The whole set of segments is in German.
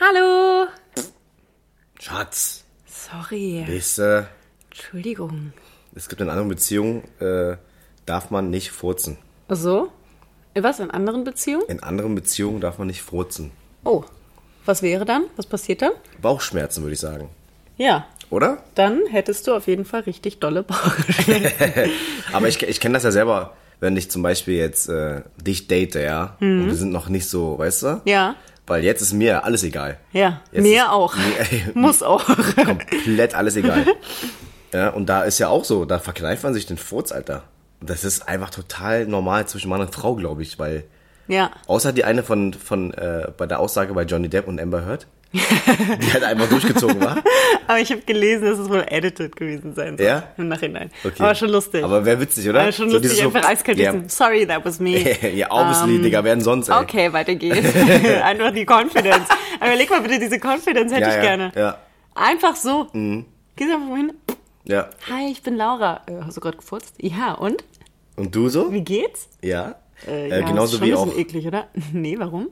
Hallo. Schatz, Sorry. weißt du, Entschuldigung. es gibt in anderen Beziehungen, äh, darf man nicht furzen. Ach So? In was? In anderen Beziehungen? In anderen Beziehungen darf man nicht furzen. Oh. Was wäre dann? Was passiert dann? Bauchschmerzen, würde ich sagen. Ja. Oder? Dann hättest du auf jeden Fall richtig dolle Bauchschmerzen. Aber ich, ich kenne das ja selber, wenn ich zum Beispiel jetzt äh, dich date, ja, und wir sind noch nicht so, weißt du? Ja. Weil jetzt ist mir alles egal. Ja. Jetzt Mir ist- auch. Mir- Muss auch. Komplett alles egal. ja, und da ist ja auch so, da verkneift man sich den Furz, Alter. Das ist einfach total normal zwischen Mann und Frau, glaube ich, weil Ja. Außer die eine von, von äh, bei der Aussage bei Johnny Depp und Amber Heard. Die hat einmal durchgezogen, war. Aber ich habe gelesen, dass es wohl edited gewesen sein soll. Ja? Im Nachhinein. Aber schon lustig. Aber wäre witzig, oder? Aber schon So lustig. dieses so- Einfach eiskalt ja. wissen. Sorry, that was me. ja, obviously, Digga, werden sonst, ey. Okay, weiter geht's. Einfach die Confidence. Aber leg mal bitte diese Confidence, hätte ja, Mhm. ich ja, gerne. Ja, Einfach so. Gehst einfach mal hin. ja. Hi, ich bin Laura. Äh, hast du gerade gefurzt? Ja, und? Und du so? Wie geht's? Ja. Äh, ja, genauso ist schon wie ein bisschen auch. eklig, oder? Nee, warum?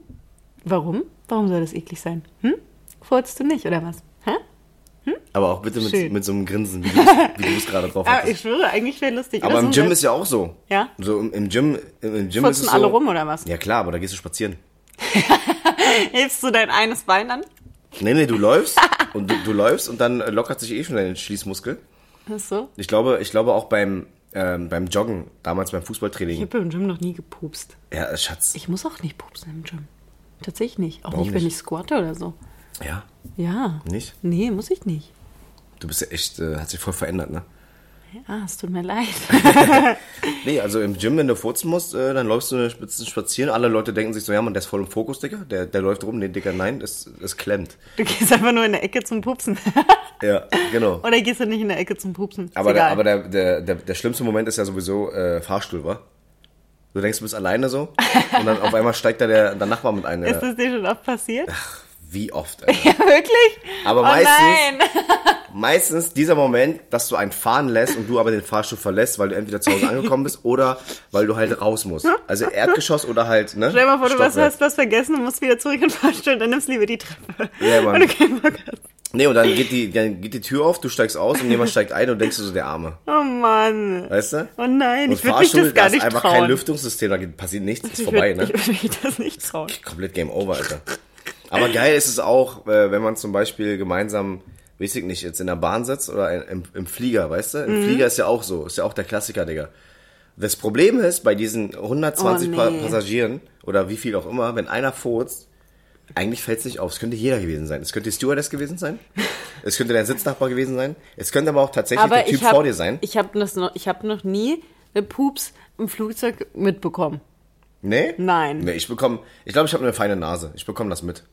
Warum? Warum soll das eklig sein? Hm? Furzt du nicht, oder was? Hä? Aber auch bitte Schön. mit, mit so einem Grinsen, wie du es- wie du es gerade drauf Aber hast. Ah, ich schwöre, eigentlich wäre lustig. Aber oder? im So Gym ein- ist ja auch so. Ja? So im, im Gym, im, im Gym ist Furzen es so. alle rum, oder was? Ja klar, aber da gehst du spazieren. Hilfst du dein eines Bein an? Nee, nee, du läufst und du, du läufst und dann lockert sich eh schon dein Schließmuskel. Ach so. Ich glaube, ich glaube auch beim, ähm, beim Joggen, damals beim Ich Fußballtraining. habe im Gym noch nie gepupst. Ja, äh, Schatz. Ich muss auch nicht pupsen im Gym. Tatsächlich nicht. Auch Warum nicht, wenn nicht? ich squatte oder so. Ja, Ja. Nicht? Nee, muss ich nicht. du bist ja echt, äh, hat sich voll verändert, ne? Ah, es tut mir leid. Nee, also im Gym, wenn du furzen musst, äh, dann läufst du eine Spitze spazieren. Alle Leute denken sich so, ja, man, der ist voll im Fokus, Digga. Der, der läuft rum. Nee, Digga, nein, es, es klemmt. Du gehst einfach nur in der Ecke zum Pupsen. Ja, genau. Oder gehst du nicht in der Ecke zum Pupsen? Ist Aber, der, egal. aber der, der, der, der schlimmste Moment ist ja sowieso äh, Fahrstuhl, wa? Du denkst, du bist alleine so und dann auf einmal steigt da der, der Nachbar mit ein. ist Äh, das dir schon oft passiert? wie oft, Alter. Ja, wirklich? Aber oh meistens- Nein. meistens dieser Moment, dass du einen fahren lässt und du aber den Fahrstuhl verlässt, weil du entweder zu Hause angekommen bist oder weil du halt raus musst. Also Erdgeschoss oder halt, ne? Stell dir mal vor, du hast Stockwerk. hast was vergessen und musst wieder zurück in den Fahrstuhl, dann nimmst du lieber die Treppe. Ja, Mann. Weil du keinen Bock hast. Nee, und dann geht, die, dann geht die Tür auf, du steigst aus und jemand steigt ein und denkst du so, der Arme. Oh Mann. Weißt du? Oh nein, Und ich würde mich Fahrstuhl, das gar da ist nicht einfach trauen. kein Lüftungssystem, da geht- passiert nichts, ist ich vorbei, würde ne? würd mich das nicht trauen. Komplett Game Over, Alter. Aber geil ist es auch, äh, wenn man zum Beispiel gemeinsam, weiß ich nicht, jetzt in der Bahn sitzt oder in, im, im Flieger, weißt du? Im Mhm. Flieger ist ja auch so, ist ja auch der Klassiker, Digga. Das Problem ist, bei diesen 120 Oh, nee. Pa- Passagieren oder wie viel auch immer, wenn einer furzt, eigentlich fällt es nicht auf. Es könnte jeder gewesen sein. Es könnte die Stewardess gewesen sein. es könnte dein Sitznachbar gewesen sein. Es könnte aber auch tatsächlich der Aber Typ ich habe vor dir sein. hab das noch, ich hab noch nie eine Pups im Flugzeug mitbekommen. Nee? Nein. Nee, ich bekomme, ich glaube, ich habe eine feine Nase. Ich bekomme das mit.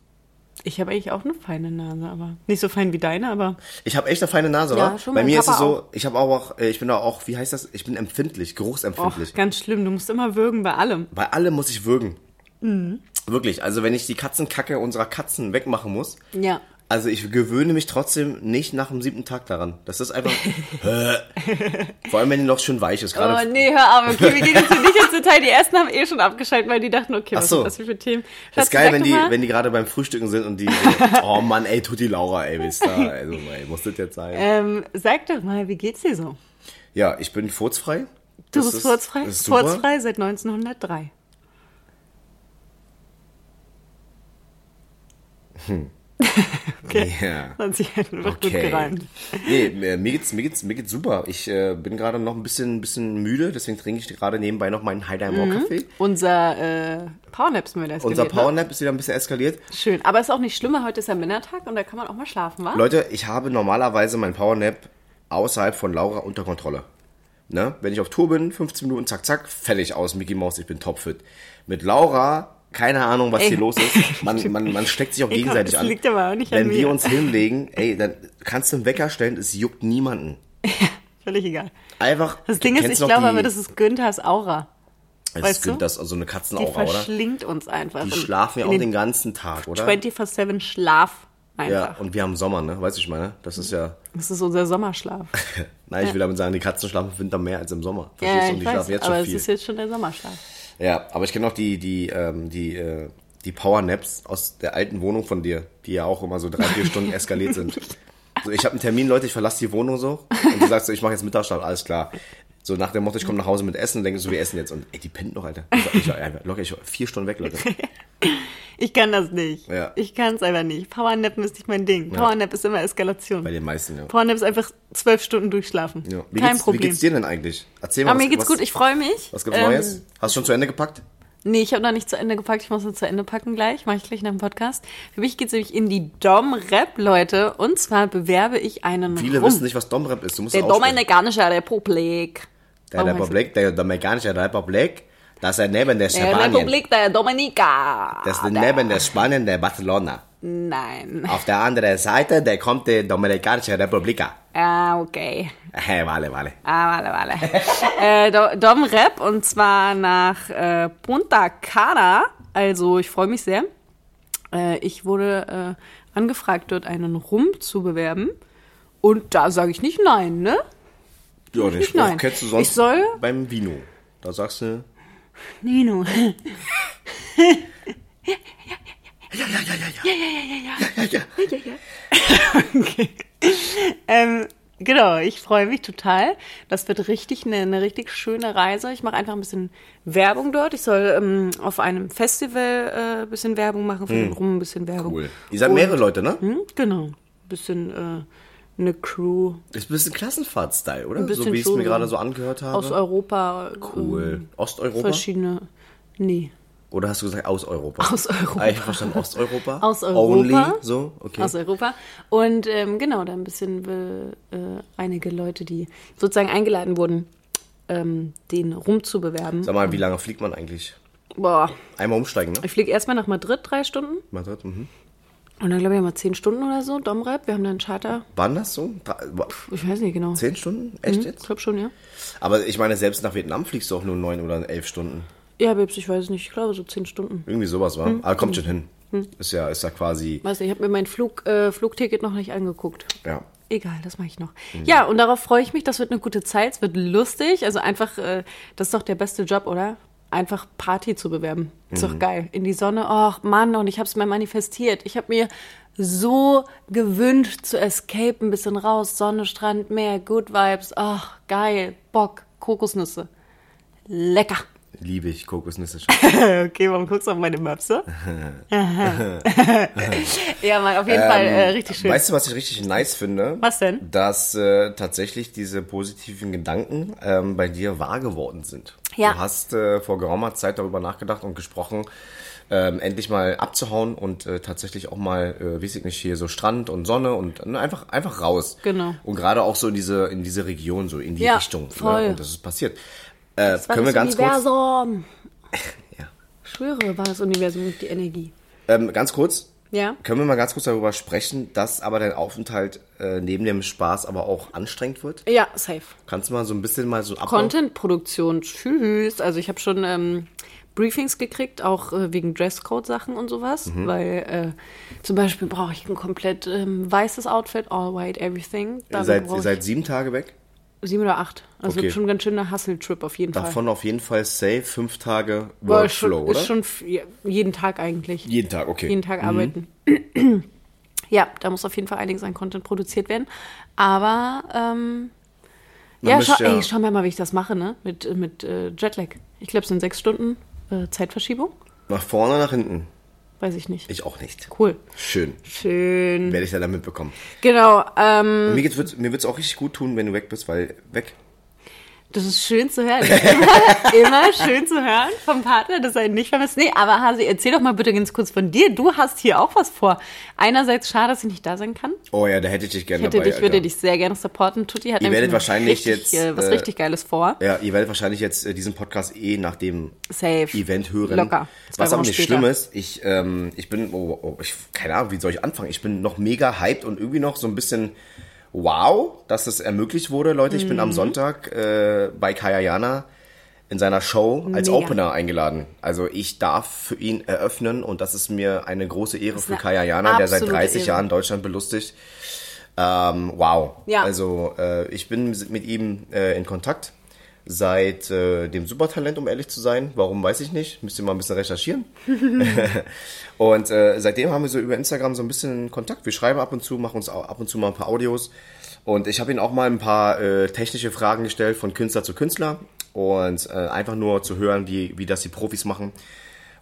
Ich habe eigentlich auch eine feine Nase, aber nicht so fein wie deine, aber Ich habe echt eine feine Nase, Ja, wa? schon, Bei mein mir Papa ist es so, ich habe auch, äh, ich bin da auch, wie heißt das? Ich bin empfindlich, och, geruchsempfindlich. oh, ganz schlimm. Du musst immer würgen bei allem. Bei allem muss ich würgen. Mhm. Wirklich, also wenn ich die Katzenkacke unserer Katzen wegmachen muss, Ja. also ich gewöhne mich trotzdem nicht nach dem siebten Tag daran. Das ist einfach. Vor allem, wenn die noch schön weich ist. Oh Gerade nee, hör auf. Okay, wir gehen jetzt hier nicht ins Detail. Die ersten haben eh schon abgeschaltet, weil die dachten, okay, was Ach so. sind das für Themen? Das Schatz, ist geil, sag wenn doch die, mal. wenn die gerade beim Frühstücken sind und die. oh Mann, ey, tut die Laura, ey, wisst ihr, also, ey, muss das jetzt sein? Ähm, sag doch mal, wie geht's dir so? Ja, ich bin furzfrei. Du Das bist ist- furzfrei? das Ist super. Furzfrei seit 1903. Okay. Ja. Hat sich einfach gut gereimt. Nee, mir mir geht's, mir geht's, mir geht's super. Ich äh, bin gerade noch ein bisschen, ein bisschen müde, deswegen trinke ich gerade nebenbei noch meinen Heidheimer Mhm. Kaffee. Unser äh, Powernaps mir das Unser gewählt, ne? Powernap ist wieder ein bisschen eskaliert. Schön. Aber ist auch nicht schlimmer. Heute ist ja Männertag und da kann man auch mal schlafen, wa? Leute, ich habe normalerweise meinen Powernap außerhalb von Laura unter Kontrolle. Ne? Wenn ich auf Tour bin, 15 Minuten, zack, zack, fertig aus, Mickey Mouse, ich bin topfit. Mit Laura, keine Ahnung, was Ey. hier los ist. Man, man, man steckt sich auch Ey, komm, gegenseitig das an. liegt aber auch nicht an Wenn wir mir. uns hinlegen, ey, dann kannst du einen Wecker stellen, es juckt niemanden. Völlig egal. Einfach. Das Ding ist, ich glaube aber, das ist Günthers Aura. Es Weißt gibt du? das so eine Die Katzenaura, oder? verschlingt uns einfach. Die und schlafen ja in auch den ganzen Tag, oder? 24-7 Schlaf Ja, einfach. und wir haben Sommer, ne? Weißt du, ich meine? Das ist ja. Das ist unser Sommerschlaf. Nein, ich will damit sagen, die Katzen schlafen im Winter mehr als im Sommer. Mhm. ja, Verstehst du? Und ich um die weiß, schlafen jetzt aber schon es viel. ist jetzt schon der Sommerschlaf. ja, aber ich kenne auch die, die, ähm, die äh, die Powernaps aus der alten Wohnung von dir, die ja auch immer so drei, vier Stunden eskaliert sind. So, ich habe einen Termin, Leute, ich verlasse die Wohnung so. Und du sagst so, ich mache jetzt Mittagsschlaf, alles klar. So nach dem Motto, ich komme nach Hause mit Essen, denkst du, wir essen jetzt. Und ey, die pennt noch, Alter. Ich, sag, ich, sag, locker, ich vier Stunden weg, Leute. Ich kann das nicht. Ja. Ich kann es einfach nicht. Powernappen ist nicht mein Ding. Powernap ist immer Eskalation. Bei den meisten, ja. Powernap ist einfach zwölf Stunden durchschlafen. ja. Wie, Kein geht's, wie Problem. geht's dir denn eigentlich? Erzähl mal, Aber was, mir geht's was, gut, ich freue mich. was gibt's Ähm, Neues? Hast du schon zu Ende gepackt? Nee, ich habe noch nicht zu Ende gepackt. Ich muss noch zu Ende packen gleich. Mache ich gleich nach dem Podcast. Für mich geht's nämlich in die Dom-Rap, Leute. Und zwar bewerbe ich einen Viele Rum. wissen nicht, was Domrep ist. Du musst Der es aussprechen. Dominikanische Republik. Der Warum Republik, der Dominikanische Republik, das ist neben der heißt- Der Spanien. Republik Ah, der Dominika. Das ist neben der Spanien der Barcelona. Nein. Auf der anderen Seite, der kommt die Dominikanische Republik. Ah, okay. Hey, vale, vale. Ah, warte, warte. äh, Do- Dom Rap und zwar nach äh, Punta Cana. Also ich freue mich sehr. Äh, ich wurde äh, angefragt, dort einen Rum zu bewerben. Und da sage ich nicht nein, ne? Ja, den Nicht Spruch nein. kennst du sonst Ich soll- beim Vino. Da sagst du, Nino. okay. ähm, genau, ich freue mich total. Das wird richtig eine, eine richtig schöne Reise. Ich mache einfach ein bisschen Werbung dort. Ich soll ähm, auf einem Festival äh, ein bisschen Werbung machen, für den Rum ein bisschen Werbung. cool. Ihr seid mehrere Leute, ne? Hm, genau, ein bisschen äh, eine Crew Das ist ein bisschen Klassenfahrt-Style, oder? bisschen so wie ich es schon, mir ja. gerade so angehört habe. aus Europa. cool. Ähm, Osteuropa? verschiedene. Nee. Oder hast du gesagt aus Europa? Aus Europa. Ah, ich hab verstanden, Osteuropa. Aus Europa. Only, so, okay. Aus Europa. Und ähm, genau, da ein bisschen will, äh, einige Leute, die sozusagen eingeladen wurden, ähm, den rumzubewerben. Sag mal, wie lange fliegt man eigentlich? Boah, Einmal umsteigen, ne? ich fliege erstmal nach Madrid drei Stunden Madrid, mhm. und dann glaube ich mal zehn Stunden oder so. Domrep, wir haben da einen Charter. Waren das so? Drei- Ich weiß nicht genau. Zehn Stunden? Echt Ich jetzt? glaube schon, ja. Aber ich meine, selbst nach Vietnam fliegst du auch nur neun oder elf Stunden. Ja, Bibs, ich weiß es nicht. Ich glaube so zehn Stunden. Irgendwie sowas, war. Mhm. Aber kommt schon hin. Ist ja, ist ja quasi, Weiß nicht, ich habe mir mein Flug, äh, Flugticket noch nicht angeguckt. ja. Egal, das mache ich noch. Ja, und darauf freue ich mich. Das wird eine gute Zeit, es wird lustig. Also einfach, äh, das ist doch der beste Job, oder? Einfach Party zu bewerben. Ist doch geil. In die Sonne. Och Mann, und ich habe es mir manifestiert. Ich habe mir so gewünscht zu escape, ein bisschen raus. Sonne, Strand, Meer, Good Vibes. Ach, geil. Bock. Kokosnüsse. Lecker. Liebe ich Kokosnüsse schon. Okay, warum guckst du auf meine Möpse? ja, Mann, auf jeden Fall Ähm, äh, richtig schön. Weißt du, was ich richtig nice finde? Was denn? Dass äh, tatsächlich diese positiven Gedanken ähm, bei dir wahr geworden sind. Ja. Du hast äh, vor geraumer Zeit darüber nachgedacht und gesprochen, ähm, endlich mal abzuhauen und äh, tatsächlich auch mal, äh, weiß ich nicht, hier so Strand und Sonne und ne, einfach, einfach raus. Genau. Und gerade auch so in diese, in diese Region, so in die Ja, Richtung. voll. Ne? Und das ist passiert. Äh, war können wir das ganz kurz. Universum. Ja. schwöre, war das Universum nicht die Energie. Ähm, ganz kurz. Ja. Können wir mal ganz kurz darüber sprechen, dass aber dein Aufenthalt äh, neben dem Spaß aber auch anstrengend wird? Ja, safe. Kannst du mal so ein bisschen mal so ab. Content-Produktion, tschüss. Also ich habe schon ähm, Briefings gekriegt, auch äh, wegen Dresscode-Sachen und sowas, Mhm. weil äh, zum Beispiel brauche ich ein komplett ähm, weißes Outfit, all white, everything. Ihr Dann seid, brauch ihr ich seid sieben Tage weg. sieben oder acht. Also Okay. schon ein ganz schöner Hustle-Trip auf jeden Fall. Davon auf jeden Fall safe fünf Tage Boah, ist Workflow, schon, oder? Ist schon f- ja, jeden Tag eigentlich. jeden Tag, okay. Mhm. jeden Tag arbeiten. ja, da muss auf jeden Fall einiges an Content produziert werden. Aber ähm, ja, mischt schau, ja- Ey, schau mir mal, wie ich das mache, ne? Mit, äh, mit äh, Jetlag. Ich glaube, es sind sechs Stunden äh, Zeitverschiebung. Nach vorne, nach hinten. Weiß ich nicht. Ich auch nicht. Cool. Schön. Schön. Werde ich ja dann mitbekommen. Genau. Ähm, Mir geht's, wird's- mir wird's auch richtig gut tun, wenn du weg bist, weil weg. das ist schön zu hören. Immer, immer schön zu hören vom Partner, dass er ihn nicht vermisst. Nee, aber Hasi, erzähl doch mal bitte ganz kurz von dir. Du hast hier auch was vor. Einerseits schade, dass ich nicht da sein kann. Oh ja, da hätte ich dich gerne Ich hätte dabei. dich, würde Alter. dich sehr gerne supporten. Tutti hat Ihr nämlich werdet ein wahrscheinlich richtig, jetzt, äh, was äh, richtig Geiles vor. Ja, ihr werdet wahrscheinlich jetzt äh, diesen Podcast eh nach dem Safe. Event hören. Locker. Zwei Was aber Wochen nicht später. schlimm ist, ich, ähm, ich bin, oh, oh, ich, keine Ahnung, wie soll ich anfangen? Ich bin noch mega hyped und irgendwie noch so ein bisschen wow, dass es ermöglicht wurde, Leute. Ich bin Mhm. am Sonntag äh, bei Kayayana in seiner Show als Mega. Opener eingeladen. Also ich darf für ihn eröffnen und das ist mir eine große Ehre für eine Kayayana, der seit absolute 30 Ehre. Jahren Deutschland belustigt. Ähm, wow. Ja. Also äh, ich bin mit ihm äh, in Kontakt seit äh, dem Supertalent, um ehrlich zu sein. Warum, weiß ich nicht. Müsst ihr mal ein bisschen recherchieren. und äh, seitdem haben wir so über Instagram so ein bisschen Kontakt. Wir schreiben ab und zu, machen uns au- ab und zu mal ein paar Audios. Und ich habe ihn auch mal ein paar äh, technische Fragen gestellt von Künstler zu Künstler. Und äh, einfach nur zu hören, wie, wie das die Profis machen.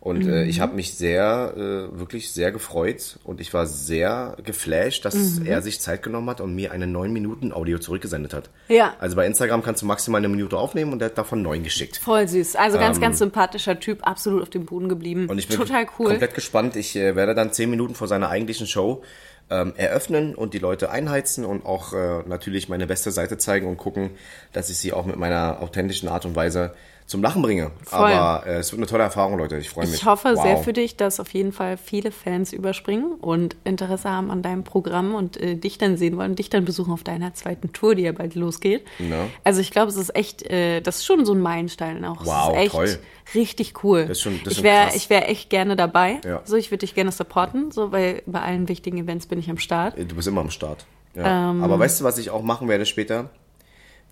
Und äh, ich habe mich sehr, äh, wirklich sehr gefreut und ich war sehr geflasht, dass er sich Zeit genommen hat und mir eine 9-Minuten-Audio zurückgesendet hat. Ja. Also bei Instagram kannst du maximal eine Minute aufnehmen und er hat davon 9 geschickt. Voll süß. Also ganz, ganz sympathischer Typ, absolut auf dem Boden geblieben. Ähm. Und ich bin Mhm. Total cool. komplett gespannt. Ich äh, werde dann 10 Minuten vor seiner eigentlichen Show ähm, eröffnen und die Leute einheizen und auch äh, natürlich meine beste Seite zeigen und gucken, dass ich sie auch mit meiner authentischen Art und Weise zum Lachen bringe. Voll. Aber äh, es wird eine tolle Erfahrung, Leute. Ich freue mich. Ich hoffe Wow. sehr für dich, dass auf jeden Fall viele Fans überspringen und Interesse haben an deinem Programm und äh, dich dann sehen wollen, dich dann besuchen auf deiner zweiten Tour, die ja bald losgeht. Ja. Also ich glaube, es ist echt, äh, das ist schon so ein Meilenstein auch. Wow, es ist echt toll. richtig cool. Das ist schon- das ist ich schon wäre krass. ich wär echt gerne dabei. Ja. So, ich würde dich gerne supporten, so weil bei allen wichtigen Events bin ich am Start. Ähm. Du bist immer am Start. Ja. Aber weißt du, was ich auch machen werde später?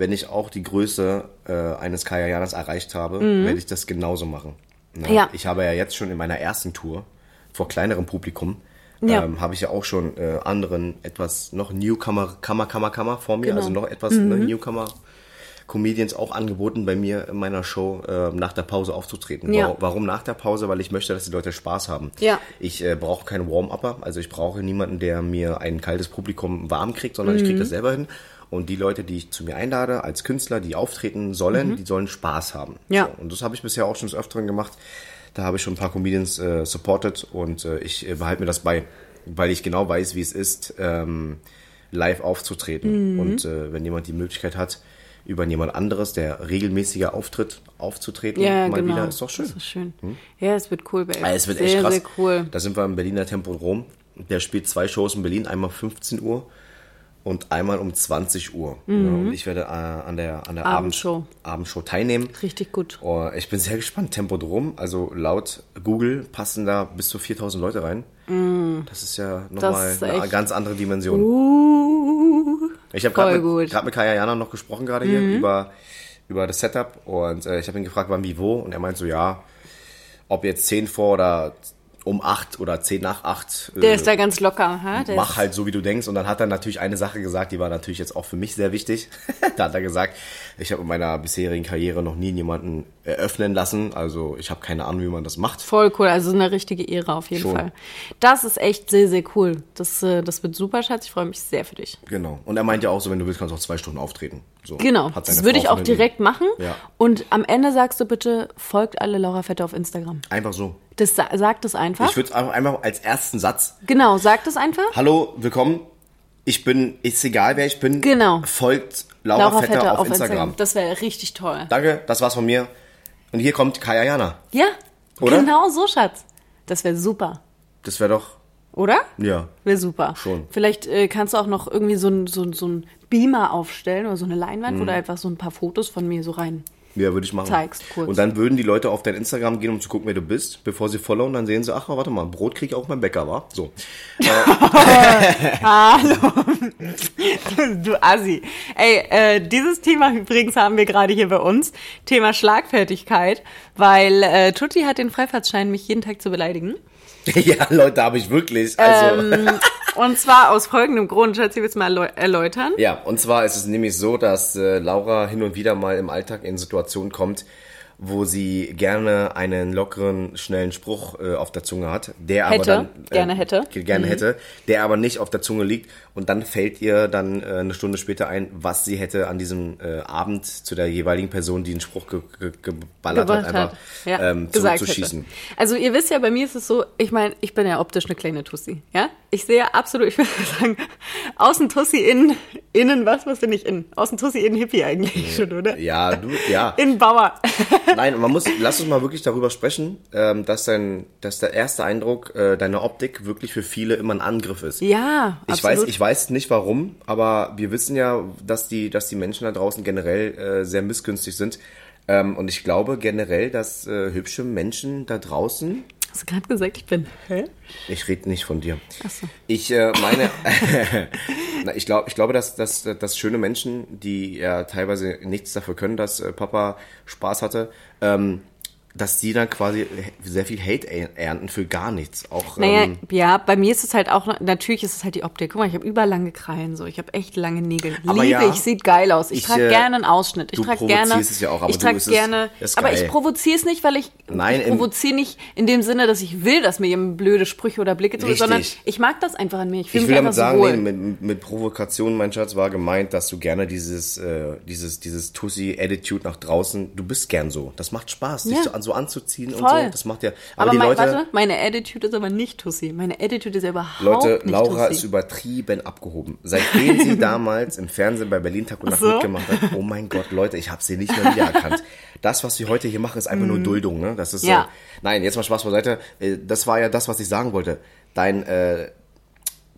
Wenn ich auch die Größe äh, eines Kajayaners erreicht habe, werde ich das genauso machen. Ne? Mhm. Ja. Ich habe ja jetzt schon in meiner ersten Tour vor kleinerem Publikum, Ja. ähm, habe ich ja auch schon äh, anderen etwas noch Newcomer, Kammer, Kammer, Kammer vor mir, Genau. also noch etwas ne, Newcomer. Comedians auch angeboten, bei mir in meiner Show äh, nach der Pause aufzutreten. Ja. Wa- Warum nach der Pause? Weil ich möchte, dass die Leute Spaß haben. Ja. Ich äh, brauche keinen Warm-Upper, also ich brauche niemanden, der mir ein kaltes Publikum warm kriegt, sondern ich Mhm. kriege das selber hin. Und die Leute, die ich zu mir einlade, als Künstler, die auftreten sollen, die sollen Spaß haben. Mhm. Ja. So, und das habe ich bisher auch schon des Öfteren gemacht. Da habe ich schon ein paar Comedians äh, supported und äh, ich äh, behalte mir das bei, weil ich genau weiß, wie es ist, ähm, live aufzutreten. Mhm. Und äh, wenn jemand die Möglichkeit hat, über jemand anderes, der regelmäßiger auftritt, aufzutreten, Ja, Äh, mal genau. wieder, ist doch schön. Das ist schön. Ja, es wird cool, Babe. Ja, Ah, Es wird sehr, echt krass. Sehr cool. Da sind wir im Berliner Tempodrom. Der spielt zwei Shows in Berlin, einmal 15 Uhr und einmal um 20 Uhr. Ja, und ich werde äh, an der, an der Mhm. Abendshow. Abendshow. Abendshow teilnehmen. Richtig gut. Oh, ich bin sehr gespannt. Tempodrom, also laut Google passen da bis zu 4000 Leute rein. Das ist ja nochmal Mhm. ist eine echt- ganz andere Dimension. Uh. Ich habe Voll gerade mit, gut. Mhm. grad mit Kaya Jana noch gesprochen gerade hier über, über das Setup und äh, ich habe ihn gefragt, wann wie wo und er meint so, ja, ob jetzt 10 vor oder um 8 oder 10 nach 8, Der äh, ist da ganz locker, ha? Der mach ist- halt so, wie du denkst. Und dann hat er natürlich eine Sache gesagt, die war natürlich jetzt auch für mich sehr wichtig. da hat er gesagt, ich habe in meiner bisherigen Karriere noch nie jemanden eröffnen lassen, also ich habe keine Ahnung, wie man das macht. Voll cool, also eine richtige Ehre auf jeden Schon. Fall. Das ist echt sehr, sehr cool. Das, äh, das wird super, Schatz. Ich freue mich sehr für dich. Genau. Und er meint ja auch so, wenn du willst, kannst du auch zwei Stunden auftreten. So, Genau, hat seine das würde Frau ich auch von hinten. direkt machen. Ja. Und am Ende sagst du bitte, folgt alle Laura Vetter auf Instagram. Einfach so. Das sa sagt es einfach. Ich würde einfach als ersten Satz Genau, sagt es einfach. Hallo, willkommen. Ich bin, ist egal wer ich bin. Genau. Folgt Laura, Vetter, auf, Instagram. Das wäre richtig toll. Danke, das war's von mir. Und hier kommt Kaya Jana. Ja, Oder? genau so, Schatz. Das wäre super, Das wäre doch, oder? ja. Wäre super. Schon. Vielleicht äh, kannst du auch noch irgendwie so ein, so, ein- so ein Beamer aufstellen oder so eine Leinwand, Mhm. wo du einfach so ein paar Fotos von mir so rein. Ja, würde ich machen. Zeig's kurz. Und dann würden die Leute auf dein Instagram gehen, um zu gucken, wer du bist, bevor sie followen. Dann sehen sie, ach, warte mal, Brot krieg ich auch beim Bäcker, war. So. Du Assi. Ey, äh, dieses Thema übrigens haben wir gerade hier bei uns. Thema Schlagfertigkeit, weil äh, Tutti hat den Freifahrtschein, mich jeden Tag zu beleidigen. ja, Leute, habe ich wirklich. Also. Und zwar aus folgendem Grund. Schatzi, willst du mal erläu- erläutern? Ja, und zwar ist es nämlich so, dass äh, Laura hin und wieder mal im Alltag in Situationen kommt, wo sie gerne einen lockeren, schnellen Spruch äh, auf der Zunge hat, der aber Hätte, dann äh, gerne hätte. Mhm. gerne hätte, der aber nicht auf der Zunge liegt und dann fällt ihr dann äh, eine Stunde später ein, was sie hätte an diesem äh, Abend zu der jeweiligen Person, die den Spruch ge ge geballert hat, Gebracht einfach hat. Ja, ähm, gesagt zurückzuschießen. hätte. Also ihr wisst ja, bei mir ist es so, ich meine, ich bin ja optisch eine kleine Tussi. Ja? Ich sehe absolut, ich würde sagen, außen Tussi, innen, innen was, was bin ich innen? Außen Tussi, innen Hippie eigentlich schon, oder? Ja, du, ja. Innen Bauer. Nein, man muss, lass uns mal wirklich darüber sprechen, ähm, dass, dein, dass der erste Eindruck äh, deiner Optik wirklich für viele immer ein Angriff ist. Ja, Ich weiß, ich weiß nicht warum, aber wir wissen ja, dass die, dass die Menschen da draußen generell äh, sehr missgünstig sind. Ähm, und ich glaube generell, dass äh, hübsche Menschen da draußen, Hast du gerade gesagt, ich bin. Hä? ich rede nicht von dir, Achso. ich äh, meine, Na, ich, glaub, ich glaube, dass, dass, dass schöne Menschen, die ja teilweise nichts dafür können, dass äh, Papa Spaß hatte, ähm, dass die dann quasi sehr viel Hate er- ernten für gar nichts. Auch, Naja, ähm, ja, bei mir ist es halt auch, natürlich ist es halt die Optik. Guck mal, ich habe überlange Krallen so. Ich habe echt lange Nägel. Aber Liebe ja, ich, sieht geil aus. Ich, ich, trage äh, gerne einen Ausschnitt. Ich du trage provozierst gerne. es ja auch, aber ich du, es trage ist- gerne. ist aber geil. ich provoziere es nicht, weil ich, Nein, ich im- provoziere nicht in dem Sinne, dass ich will, dass mir jemand blöde Sprüche oder Blicke tut, Richtig. sondern ich mag das einfach an mir. Ich fühle ich mich will einfach damit so sagen, wohl. nee, mit, mit Provokation, mein Schatz, war gemeint, dass du gerne dieses, äh, dieses, dieses Tussi-Attitude nach draußen, du bist gern so. Das macht Spaß, dich Ja. so, an- so anzuziehen und Voll. so. Das macht ja. Aber, aber die mein, Leute, warte, meine Attitude ist aber nicht Tussi. Meine Attitude ist ja überhaupt Leute, nicht Laura Tussi. ist übertrieben abgehoben. Seitdem sie damals im Fernsehen bei Berlin Tag und Nacht so. mitgemacht hat, oh mein Gott, Leute, ich habe sie nicht mehr wiedererkannt. Das, was wir heute hier machen, ist einfach nur Duldung. Ne? Das ist Mm. Ja. äh, nein, jetzt mal Spaß beiseite. Äh, Das war ja das, was ich sagen wollte. Dein, äh,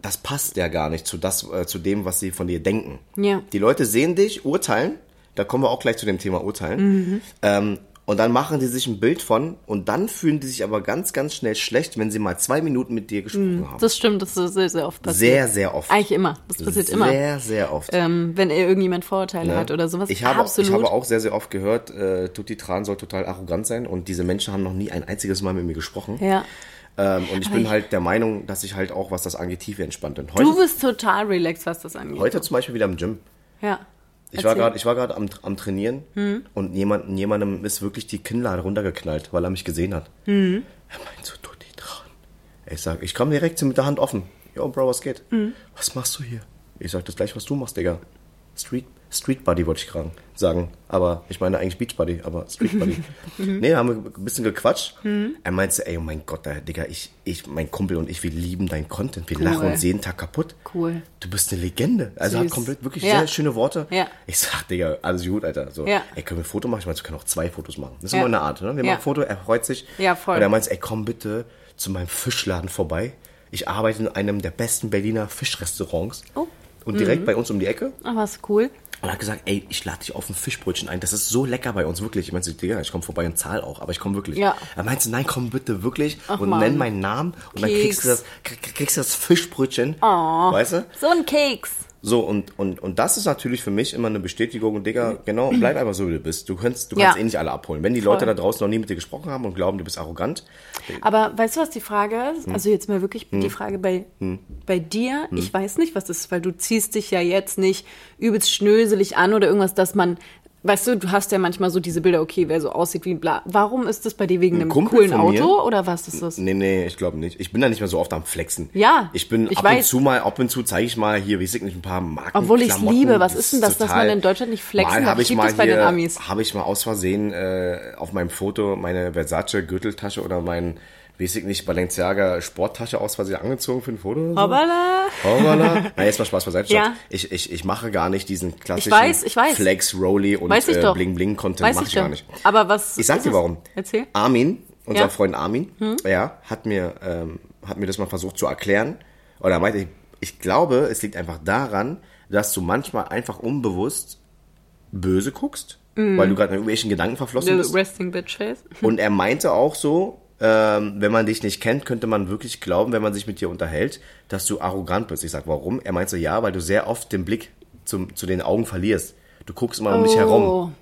das passt ja gar nicht zu, das, äh, zu dem, was sie von dir denken. Ja. Die Leute sehen dich, urteilen. Da kommen wir auch gleich zu dem Thema Urteilen. Mhm. Ähm, und dann machen die sich ein Bild von und dann fühlen die sich aber ganz, ganz schnell schlecht, wenn sie mal zwei Minuten mit dir gesprochen haben. Mm. das stimmt, das ist sehr, sehr oft passiert. Sehr, sehr oft. Eigentlich immer. Das passiert sehr, immer. Sehr, sehr oft. ähm, wenn er irgendjemand Vorurteile ne? hat oder sowas. Ich habe, Absolut. ich habe auch sehr, sehr oft gehört, äh, Tutti Tran soll total arrogant sein und diese Menschen haben noch nie ein einziges Mal mit mir gesprochen. ja. Ähm, und ich bin halt der Meinung, dass ich halt auch, was das angeht, tief entspannt bin. Du Heute, bist total relaxed, was das angeht. heute zum Beispiel wieder im Gym. Ja. Ich war Erzähl. gerade, ich war gerade am, am Trainieren und jemand, jemandem ist wirklich die Kinnlade runtergeknallt, weil er mich gesehen hat. Hm. Er meint so, Tutti Tran. Ich sag, ich komme direkt mit der Hand offen. Yo, Bro, was geht? Hm. Was machst du hier? Ich sag, das gleiche, was du machst, Digga. Street, Street Buddy wollte ich gerade sagen. Aber ich meine eigentlich Beach Buddy, aber Street Buddy. Mhm. nee, da haben wir ein bisschen gequatscht. Er meinte, ey, oh mein Gott, ey, Digga, ich, ich, mein Kumpel und ich, wir lieben deinen Content. Wir lachen uns jeden Tag kaputt. Cool. Du bist eine Legende. Also hat Süß. komplett wirklich Ja. sehr schöne Worte. Ja. Ich sag, Digga, alles gut, Alter. So, Ja. ey, können wir ein Foto machen? Ich meine, wir können auch zwei Fotos machen. Das ist Ja. immer eine Art, ne? Wir Ja. machen ein Foto, er freut sich. Ja, voll. Und er meint, ey, komm bitte zu meinem Fischladen vorbei. Ich arbeite in einem der besten Berliner Fischrestaurants. Oh. Und direkt bei uns um die Ecke. Ah, was cool. Und hat gesagt, ey, ich lade dich auf ein Fischbrötchen ein. Das ist so lecker bei uns, wirklich. Ich meinte, Digga, ich komme vorbei und zahl auch, aber ich komme wirklich. Ja. Er meinte, nein, komm bitte wirklich Ach, und Mann. nenn meinen Namen und dann kriegst du das, Keks. krieg- kriegst du das Fischbrötchen. Weißt du? So ein Keks. So, und, und, und das ist natürlich für mich immer eine Bestätigung, Digga, genau, bleib einfach so, wie du bist. Du kannst, du kannst Ja. eh nicht alle abholen. Wenn die Leute Voll. da draußen noch nie mit dir gesprochen haben und glauben, du bist arrogant, Aber weißt du, was die Frage Hm. ist? Also jetzt mal wirklich die Frage bei, bei dir. Ich weiß nicht, was das ist, weil du ziehst dich ja jetzt nicht übelst schnöselig an oder irgendwas, dass man... Weißt du, du hast ja manchmal so diese Bilder, okay, wer so aussieht wie ein Bla. Warum ist das bei dir wegen einem Kumpel coolen von mir- Auto oder was ist das? Nee, nee, ich glaube nicht. Ich bin da nicht mehr so oft am Flexen. Ja, Ich bin ich ab und weiß. zu mal, ab und zu zeige ich mal hier, weiß ich nicht, ein paar Marken. Obwohl ich's Klamotten. liebe. Was ist denn das, dass total- man in Deutschland nicht flexen Mal darf? habe ich Gibt mal es bei hier, den Amis? Habe ich mal aus Versehen äh, auf meinem Foto meine Versace-Gürteltasche oder mein, weiß ich nicht, Balenciaga Sporttasche aus Versehen angezogen für ein Foto oder so. Hoppala. Hoppala. Na, Oh, jetzt mal Spaß beiseite. Ja. Schatz. Ich, ich, ich mache gar nicht diesen klassischen weiß, ich weiß. Flex, Rolly und Weiß ich äh, doch. Bling-Bling-Content Weiß mache ich ich gar doch. nicht. Aber was Ich sag ist dir es? wamin. Erzähl. Armin, unser Ja. Hm? Freund Armin, ja, hat mir, ähm, hat mir das mal versucht zu erklären. Oder er meinte, ich, ich glaube, es liegt einfach daran, dass du manchmal einfach unbewusst böse guckst, Mhm. weil du gerade in irgendwelchen Gedanken verflossen bist. Resting Bitch Face. Und er meinte auch so, ähm, wenn man dich nicht kennt, könnte man wirklich glauben, wenn man sich mit dir unterhält, dass du arrogant bist. Ich sag, warum? Er meinte so, ja, weil du sehr oft den Blick zum, zu den Augen verlierst. Du guckst immer um dich herum.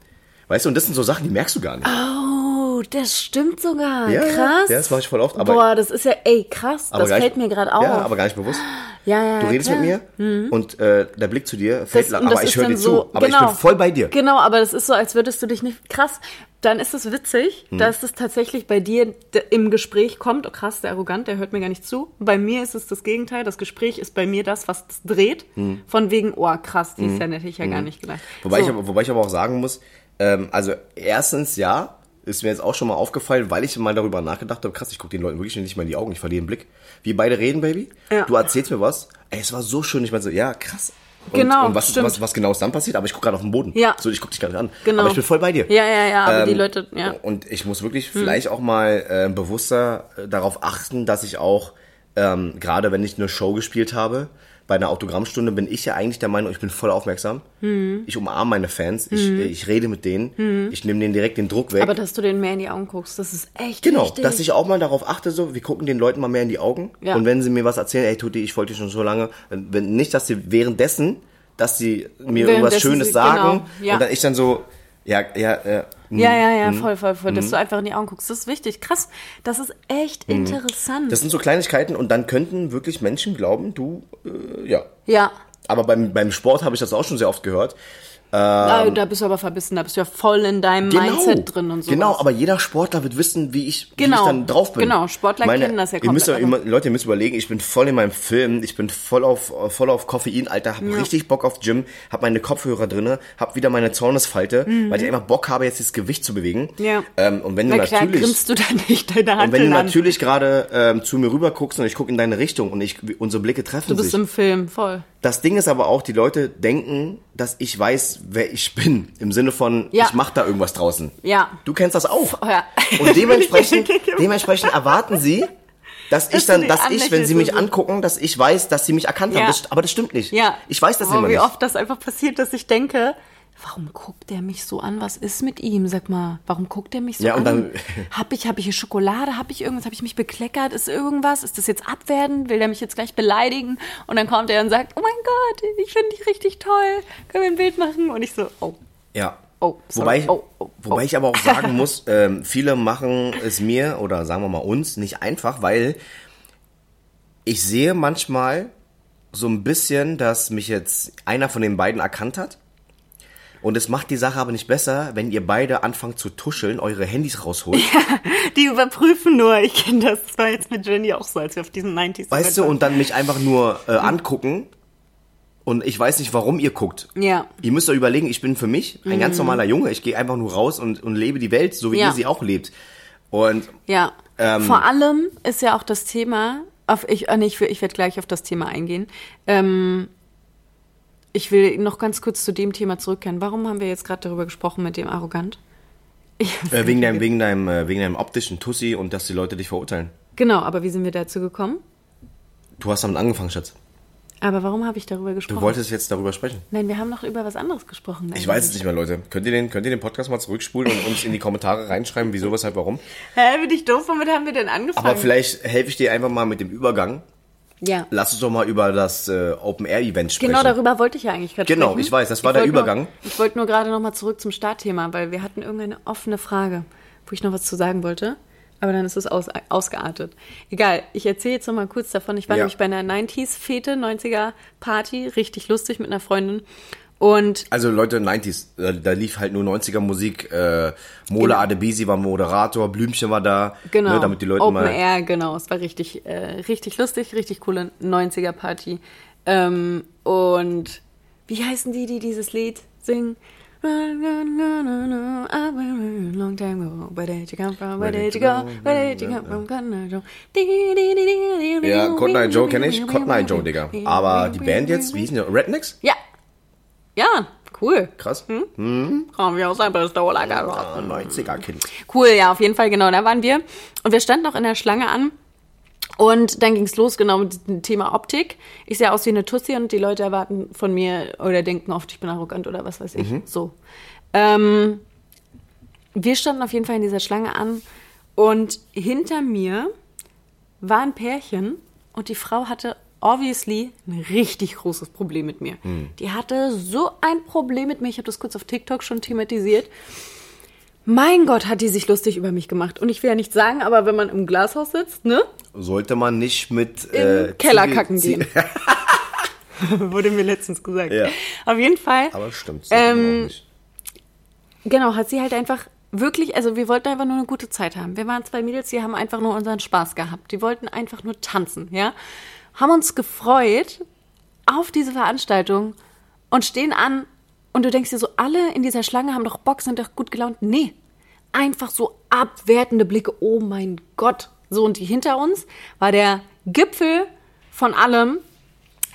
Weißt du, und das sind so Sachen, die merkst du gar nicht. Oh, das stimmt sogar. Ja, ja, krass. ja, das mach ich voll oft, aber- Boah, das ist ja, ey, krass. Aber Das gar nicht- fällt mir gerade auf. Ja, aber gar nicht bewusst. ja, ja, Du redest klar. mit mir und äh, der Blick zu dir fällt Das- lang, und das aber ich ist höre dann dir so- zu. Aber genau. ich bin voll bei dir. Genau, aber das ist so, als würdest du dich nicht. Krass, dann ist es witzig, Hm. dass es tatsächlich bei dir d- im Gespräch kommt. Oh, krass, der arrogant, der hört mir gar nicht zu. Bei mir ist es das Gegenteil. Das Gespräch ist bei mir das, was das dreht. Von wegen, oh, krass, die ist ja nett, hätte ich ja gar nicht gedacht. Hm. Wobei, so. ich, aber- wobei ich aber auch sagen muss, ähm, also erstens ja, ist mir jetzt auch schon mal aufgefallen, weil ich mal darüber nachgedacht habe, krass, ich gucke den Leuten wirklich nicht mehr in die Augen, ich verliere den Blick. Wir beide reden, Baby, Ja. du erzählst mir was, ey, es war so schön, ich meine so, ja, krass. Und, Genau, und was, stimmt. was, was genau ist dann passiert, aber ich gucke gerade auf den Boden. Ja. So, ich gucke dich gar nicht an. Genau. Aber ich bin voll bei dir. Ja, ja, ja, aber Ähm, die Leute, ja. Hm. Und ich muss wirklich vielleicht auch mal äh, bewusster äh, darauf achten, äh, dass ich auch ähm, gerade wenn ich eine Show gespielt habe, bei einer Autogrammstunde bin ich ja eigentlich der Meinung, ich bin voll aufmerksam. Hm. Ich umarme meine Fans, ich, äh, ich rede mit denen, ich nehme denen direkt den Druck weg. Aber dass du den mehr in die Augen guckst, das ist echt Genau, wichtig. dass ich auch mal darauf achte, so, wir gucken den Leuten mal mehr in die Augen. Ja. Und wenn sie mir was erzählen, ey, Tuti, ich wollte dich schon so lange, äh, wenn, nicht, dass sie währenddessen, dass sie mir irgendwas Währenddessen Schönes sie- sagen genau, ja. und dann ich dann so, ja, ja, ja. hm. Ja, ja, ja, voll, voll, voll. Dass du einfach in die Augen guckst. Das ist wichtig. Krass. Das ist echt interessant. Hm. Das sind so Kleinigkeiten und dann könnten wirklich Menschen glauben, du, äh, ja. ja. Aber beim, beim Sport habe ich das auch schon sehr oft gehört. Ähm. Ah, da bist du aber verbissen. Da bist du ja voll in deinem Mindset drin und so. Genau, aber jeder Sportler wird wissen, wie ich, wie Genau, ich dann drauf bin. genau, Sportler Meine- kennen das ja ihr müsst komplett, immer, Leute, ihr müsst überlegen, ich bin voll in meinem Film, ich bin voll auf, voll auf Koffein, Alter, hab richtig Bock auf Gym, hab meine Kopfhörer drinne, hab wieder meine Zornesfalte, weil ich einfach Bock habe, jetzt das Gewicht zu bewegen. Mhm. Ja. Ähm, und wenn du Na klar, natürlich... grimmst du da nicht deine Hand Und wenn du an. natürlich gerade ähm, zu mir rüber guckst und ich gucke in deine Richtung und ich, unsere Blicke treffen Du bist sich. im Film, voll. Das Ding ist aber auch, die Leute denken, dass ich weiß, wer ich bin. Im Sinne von, Ja. ich mach da irgendwas draußen. Ja. Du kennst das auch. Ja. Genau. Und dementsprechend, dementsprechend erwarten sie, dass ich du dann, die dass ich, wenn anlächelst sie mich und so. angucken, dass ich weiß, dass sie mich erkannt haben. Ja. Das, st- aber das stimmt nicht. Ja. Ich weiß das Aber immer wie nicht. oft das einfach passiert, dass ich denke, warum guckt der mich so an? Was ist mit ihm? Sag mal, warum guckt der mich so Ja, an? und dann- hab ich, hab ich hier Schokolade? Hab ich irgendwas? Hab ich mich bekleckert? Ist irgendwas? Ist das jetzt abwertend? Will der mich jetzt gleich beleidigen? Und dann kommt er und sagt, oh mein Gott, ich finde dich richtig toll. Können wir ein Bild machen? Und ich so, oh. Ja. Oh, sorry. wobei, ich- Oh, oh, wobei oh. ich aber auch sagen muss, ähm, viele machen es mir oder sagen wir mal uns nicht einfach, weil ich sehe manchmal so ein bisschen, dass mich jetzt einer von den beiden erkannt hat. Und es macht die Sache aber nicht besser, wenn ihr beide anfangt zu tuscheln, eure Handys rausholt. Die überprüfen nur. Ich kenne das. Das war jetzt mit Jenny auch so, als wir auf diesem 90s weißt du, und dann mich einfach nur äh, angucken. Und ich weiß nicht, warum ihr guckt. Ja. Mhm. Ihr müsst euch überlegen, ich bin für mich ein ganz normaler Junge. Ich gehe einfach nur raus und, und lebe die Welt, so wie Ja. ihr sie auch lebt. Und Ja. Ähm, Vor allem ist ja auch das Thema, auf ich, ah, nee, ich, will- ich werde gleich auf das Thema eingehen. Ähm, ich will noch ganz kurz zu dem Thema zurückkehren. Warum haben wir jetzt gerade darüber gesprochen mit dem Arrogant? Ich, äh, wegen, deinem, wegen, deinem, äh, wegen deinem optischen Tussi und dass die Leute dich verurteilen. genau, aber wie sind wir dazu gekommen? Du hast damit angefangen, Schatz. Aber warum habe ich darüber Du gesprochen? wolltest jetzt darüber sprechen. Nein, wir haben noch über was anderes gesprochen. Ich weiß es nicht mehr, Leute. Könnt ihr den, könnt ihr den Podcast mal zurückspulen und uns in die Kommentare reinschreiben, wieso, weshalb, warum? Hä, bin ich doof? Womit haben wir denn angefangen? Aber vielleicht helfe ich dir einfach mal mit dem Übergang. ja. Lass uns doch mal über das äh, Open-Air-Event sprechen. Genau darüber wollte ich ja eigentlich gerade Genau, sprechen. ich weiß, das war der wollte Übergang. Nur, ich wollte nur gerade nochmal zurück zum Startthema, weil wir hatten irgendeine offene Frage, wo ich noch was zu sagen wollte. Aber dann ist es aus, ausgeartet. Egal, ich erzähle jetzt nochmal kurz davon. Ich war Ja. nämlich bei einer 90s-Fete, 90er-Party, richtig lustig mit einer Freundin. Und Also Leute, 90s, da, da lief halt nur 90er Musik. Äh, Mola Genau. Adebisi war Moderator, Blümchen war da. Genau. Ne, damit die Leute Open mal... Air, genau. Es war richtig, äh, richtig lustig, richtig coole 90er-Party. Ähm, und wie heißen die, die dieses Lied singen? I've been a long time ago. Where did you come from? Where did you go? Where did you come from? Cotton Eye Joe. Di, di, di, di, di, Ja, di, Cotton Eye Joe kenne ich. di, di, Cotton Eye di, Joe, di, Digga. di, Aber di, di, die Band di, jetzt, di. wie hießen die? Rednecks? Ja. Ja, cool. Krass. Komm, wir aus der Pistole geraten. Ah, 90er Kind. Cool, ja, auf jeden Fall, genau, da waren wir. Und wir standen noch in der Schlange an. Und dann ging's los, genau, mit dem Thema Optik. Ich sehe aus wie eine Tussi und die Leute erwarten von mir oder denken oft, ich bin arrogant oder was weiß ich. So. Ähm, wir standen auf jeden Fall in dieser Schlange an und hinter mir war ein Pärchen und die Frau hatte obviously ein richtig großes Problem mit mir. Die hatte so ein Problem mit mir, ich habe das kurz auf TikTok schon thematisiert. Mein Gott, hat die sich lustig über mich gemacht. Und ich will ja nichts sagen, aber wenn man im Glashaus sitzt, ne? Sollte man nicht mit... Im äh, Keller Ziegel- kacken Ziegel- gehen. Wurde mir letztens gesagt. Ja. Auf jeden Fall. Aber stimmt. sollte man auch Ähm, nicht. genau, hat sie halt einfach wirklich, also wir wollten einfach nur eine gute Zeit haben. Wir waren zwei Mädels, die haben einfach nur unseren Spaß gehabt. Die wollten einfach nur tanzen, ja. Haben uns gefreut auf diese Veranstaltung und stehen an und du denkst dir so, alle in dieser Schlange haben doch Bock, sind doch gut gelaunt. Nee, einfach so abwertende Blicke. Oh mein Gott. So, und die hinter uns war der Gipfel von allem.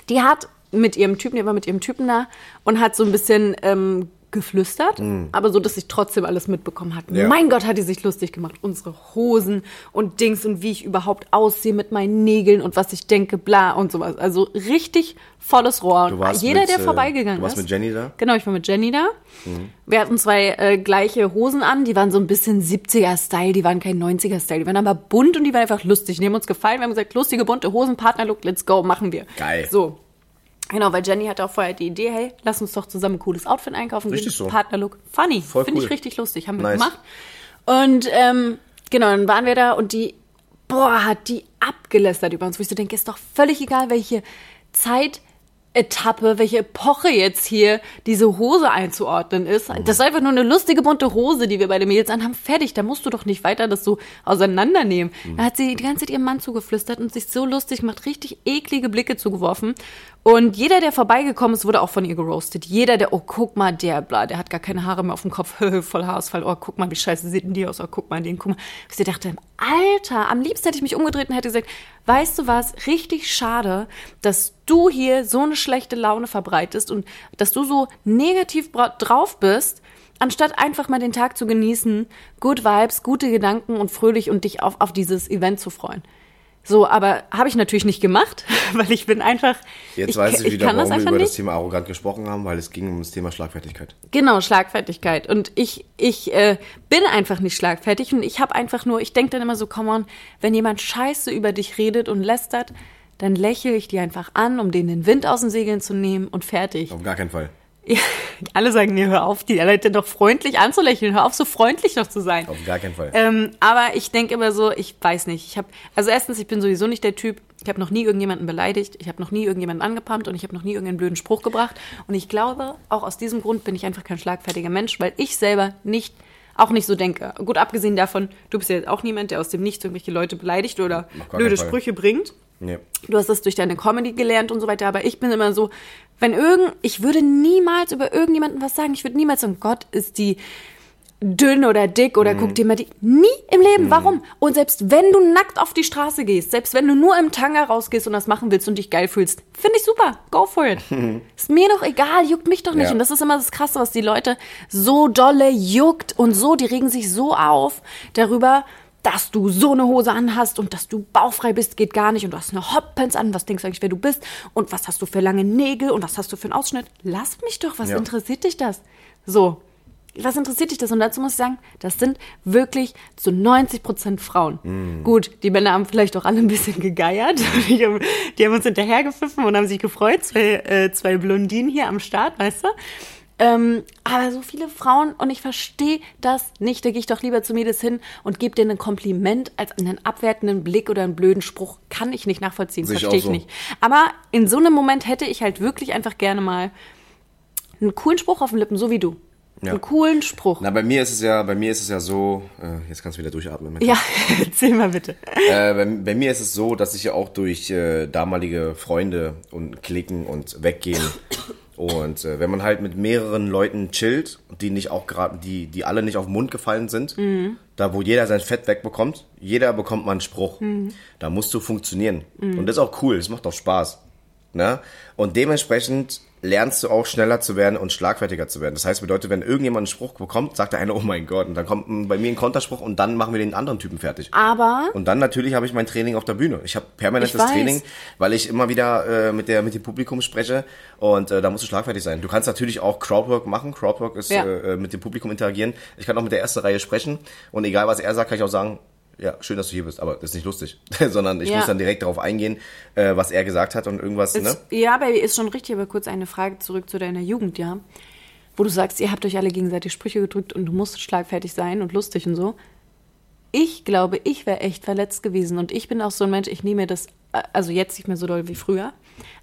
Die hat mit ihrem Typen, die war mit ihrem Typen da und hat so ein bisschen ähm, geflüstert, aber so, dass ich trotzdem alles mitbekommen hat. Mm. Ja. Mein Gott, hat die sich lustig gemacht. Unsere Hosen und Dings und wie ich überhaupt aussehe mit meinen Nägeln und was ich denke, bla und sowas. Also richtig volles Rohr. Du warst Jeder, mit, der äh, vorbeigegangen du warst ist. mit Jenny da? Genau, ich war mit Jenny da. Wir hatten zwei äh, gleiche Hosen an, die waren so ein bisschen 70er-Style, die waren kein 90er-Style, die waren aber bunt und die waren einfach lustig. Die haben uns gefallen, wir haben gesagt, lustige, bunte Hosen, Partnerlook, let's go, machen wir. Geil. So. Genau, weil Jenny hatte auch vorher die Idee, hey, lass uns doch zusammen ein cooles Outfit einkaufen. gehen. Richtig so. Partnerlook, funny, Voll finde cool. ich richtig lustig, haben wir Nice. gemacht. Und ähm, genau, dann waren wir da und die, boah, hat die abgelästert über uns, wo ich so denke, ist doch völlig egal, welche Zeitetappe, welche Epoche jetzt hier diese Hose einzuordnen ist. Das ist einfach nur eine lustige bunte Hose, die wir bei den Mädels anhaben. Fertig, da musst du doch nicht weiter das so auseinandernehmen. Da hat sie die ganze Zeit ihrem Mann zugeflüstert und sich so lustig gemacht, richtig eklige Blicke zugeworfen. Und jeder, der vorbeigekommen ist, wurde auch von ihr geroastet. Jeder, der, oh, guck mal, der, bla, der hat gar keine Haare mehr auf dem Kopf, voll Haarausfall, oh, guck mal, wie scheiße sieht denn die aus, oh, guck mal, den, guck mal. Ich so dachte, Alter, am liebsten hätte ich mich umgedreht und hätte gesagt, weißt du was, richtig schade, dass du hier so eine schlechte Laune verbreitest und dass du so negativ bra- drauf bist, anstatt einfach mal den Tag zu genießen, good Vibes, gute Gedanken und fröhlich und dich auf, auf dieses Event zu freuen. So, aber habe ich natürlich nicht gemacht, weil ich bin einfach. Jetzt ich, weißt ke- du ich wieder, kann das warum wir einfach über nicht. das Thema arrogant gesprochen haben, weil es ging um das Thema Schlagfertigkeit. Genau, Schlagfertigkeit. Und ich, ich äh, bin einfach nicht schlagfertig und ich habe einfach nur, ich denke dann immer so, come on, wenn jemand scheiße über dich redet und lästert, dann lächle ich die einfach an, um denen den Wind aus den Segeln zu nehmen und fertig. Auf gar keinen Fall. Ja, alle sagen mir, hör auf, die Leute doch freundlich anzulächeln, hör auf, so freundlich noch zu sein. Auf gar keinen Fall. Ähm, aber ich denke immer so, ich weiß nicht. Ich habe, also erstens, ich bin sowieso nicht der Typ. Ich habe noch nie irgendjemanden beleidigt. Ich habe noch nie irgendjemanden angepumpt und ich habe noch nie irgendeinen blöden Spruch gebracht. Und ich glaube, auch aus diesem Grund bin ich einfach kein schlagfertiger Mensch, weil ich selber nicht, auch nicht so denke. Gut, abgesehen davon, du bist ja jetzt auch niemand, der aus dem Nichts irgendwelche Leute beleidigt oder Auf gar blöde keinen Fall. Sprüche bringt. nee. Du hast das durch deine Comedy gelernt und so weiter, aber ich bin immer so, wenn irgend, ich würde niemals über irgendjemanden was sagen. Ich würde niemals sagen, Gott ist die dünn oder dick oder guck dir mal die. Nie im Leben. Warum? Und selbst wenn du nackt auf die Straße gehst, selbst wenn du nur im Tanga rausgehst und das machen willst und dich geil fühlst, finde ich super. Go for it. ist mir doch egal, juckt mich doch nicht. Ja. Und das ist immer das Krasse, was die Leute so dolle juckt und so, die regen sich so auf darüber, dass du so eine Hose anhast und dass du baufrei bist, geht gar nicht. Und du hast eine Hotpants an, was denkst du eigentlich, wer du bist? Und was hast du für lange Nägel und was hast du für einen Ausschnitt? Lass mich doch, was Ja. interessiert dich das? So, was interessiert dich das? Und dazu muss ich sagen, das sind wirklich zu 90 Prozent Frauen. Mm. Gut, die Männer haben vielleicht auch alle ein bisschen gegeiert. Die haben, die haben uns hinterhergepfiffen und haben sich gefreut. Zwei, äh, zwei Blondinen hier am Start, weißt du? Ähm, aber so viele Frauen und ich verstehe das nicht. Da gehe ich doch lieber zu Mädels hin und gebe denen ein Kompliment als einen abwertenden Blick oder einen blöden Spruch. Kann ich nicht nachvollziehen, Sehe ich verstehe auch ich so. nicht. Aber in so einem Moment hätte ich halt wirklich einfach gerne mal einen coolen Spruch auf den Lippen, so wie du. Ja. Einen coolen Spruch. Na, bei mir ist es ja, bei mir ist es ja so, äh, jetzt kannst du wieder durchatmen. Mensch. Ja, erzähl mal bitte. Äh, bei, bei mir ist es so, dass ich ja auch durch äh, damalige Freunde und Klicken und Weggehen und äh, wenn man halt mit mehreren Leuten chillt, die nicht auch gerade, die, die alle nicht auf den Mund gefallen sind, da wo jeder sein Fett wegbekommt, jeder bekommt mal einen Spruch. Da musst du funktionieren. Und das ist auch cool, das macht auch Spaß. Ne? Und dementsprechend lernst du auch schneller zu werden und schlagfertiger zu werden. Das heißt, bedeutet, wenn irgendjemand einen Spruch bekommt, sagt der eine, oh mein Gott, und dann kommt mm, bei mir ein Konterspruch und dann machen wir den anderen Typen fertig. Aber Und dann natürlich habe ich mein Training auf der Bühne. Ich habe permanent Ich das weiß. Training, weil ich immer wieder äh, mit, der, mit dem Publikum spreche und äh, da musst du schlagfertig sein. Du kannst natürlich auch Crowdwork machen. Crowdwork ist Ja. äh, äh, mit dem Publikum interagieren. Ich kann auch mit der ersten Reihe sprechen und egal was er sagt, kann ich auch sagen, ja, schön, dass du hier bist, aber das ist nicht lustig, sondern ich Ja. muss dann direkt darauf eingehen, äh, was er gesagt hat und irgendwas, ne? ja, Baby, ist schon richtig, aber kurz eine Frage zurück zu deiner Jugend, ja. Wo du sagst, ihr habt euch alle gegenseitig Sprüche gedrückt und du musst schlagfertig sein und lustig und so. Ich glaube, ich wäre echt verletzt gewesen und ich bin auch so ein Mensch, ich nehme mir das, äh, also jetzt nicht mehr so doll wie früher,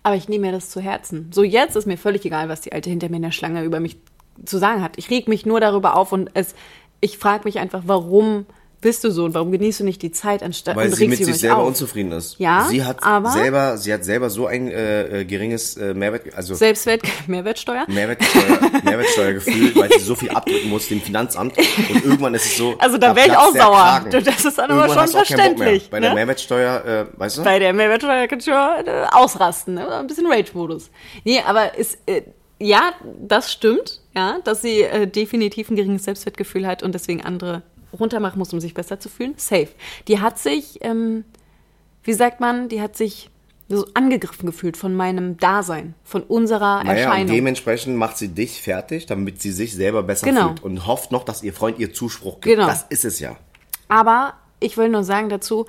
aber ich nehme mir das zu Herzen. So jetzt ist mir völlig egal, was die Alte hinter mir in der Schlange über mich zu sagen hat. Ich reg mich nur darüber auf und es, ich frage mich einfach, warum bist du so und warum genießt du nicht die Zeit anstatt Weil und sie regst mit dich über mich sich selber auf? unzufrieden ist. Ja, sie hat aber- selber, sie hat selber so ein äh, äh, geringes äh, Mehrwert, also Selbstwert, Mehrwertsteuer? Mehrwertsteuer, Mehrwertsteuergefühl, weil sie so viel abdrücken muss dem Finanzamt und irgendwann ist es so. Also da wär ich platzt auch der sauer. Kragen. Das ist dann aber Irgendwann schon hast du auch keinen Bock mehr. verständlich, Bei der ne? Mehrwertsteuer, äh, weißt du? bei der Mehrwertsteuer kannst du ja äh, ausrasten, ne? ein bisschen Rage-Modus. Nee, aber ist, äh, ja, das stimmt, ja, dass sie äh, definitiv ein geringes Selbstwertgefühl hat und deswegen andere runtermachen muss, um sich besser zu fühlen. Safe. Die hat sich, ähm, wie sagt man, die hat sich so angegriffen gefühlt von meinem Dasein, von unserer Naja, und Erscheinung. dementsprechend macht sie dich fertig, damit sie sich selber besser Genau. fühlt und hofft noch, dass ihr Freund ihr Zuspruch gibt. Genau. Das ist es ja. Aber ich will nur sagen dazu,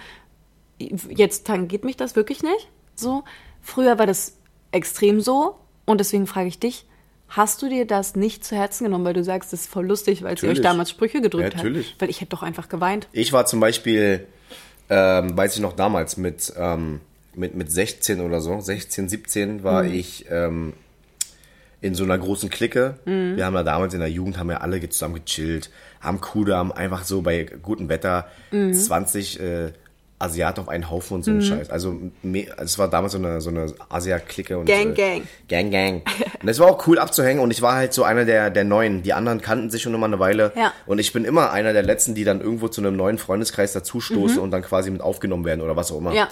jetzt tangiert mich das wirklich nicht. So, früher war das extrem so und deswegen frage ich dich, hast du dir das nicht zu Herzen genommen, weil du sagst, das ist voll lustig, weil sie euch Natürlich. damals Sprüche gedrückt Ja, hat? natürlich. Weil ich hätte doch einfach geweint. Ich war zum Beispiel, ähm, weiß ich noch damals, mit, ähm, mit, mit 16 oder so, 16, 17 war Mhm. ich ähm, in so einer großen Clique. Mhm. Wir haben ja damals in der Jugend, haben ja alle ge- zusammen gechillt, haben Kudamm, einfach so bei gutem Wetter Mhm. 20 äh, Asiaten auf einen Haufen und so ein Scheiß. Also me- es war damals so eine, so eine Asia-Clique. und, Gang, äh, gang. Gang, gang. Und es war auch cool abzuhängen und ich war halt so einer der, der Neuen. Die anderen kannten sich schon immer eine Weile. Ja. Und ich bin immer einer der Letzten, die dann irgendwo zu einem neuen Freundeskreis dazustoßen und dann quasi mit aufgenommen werden oder was auch immer. Mhm. Ja.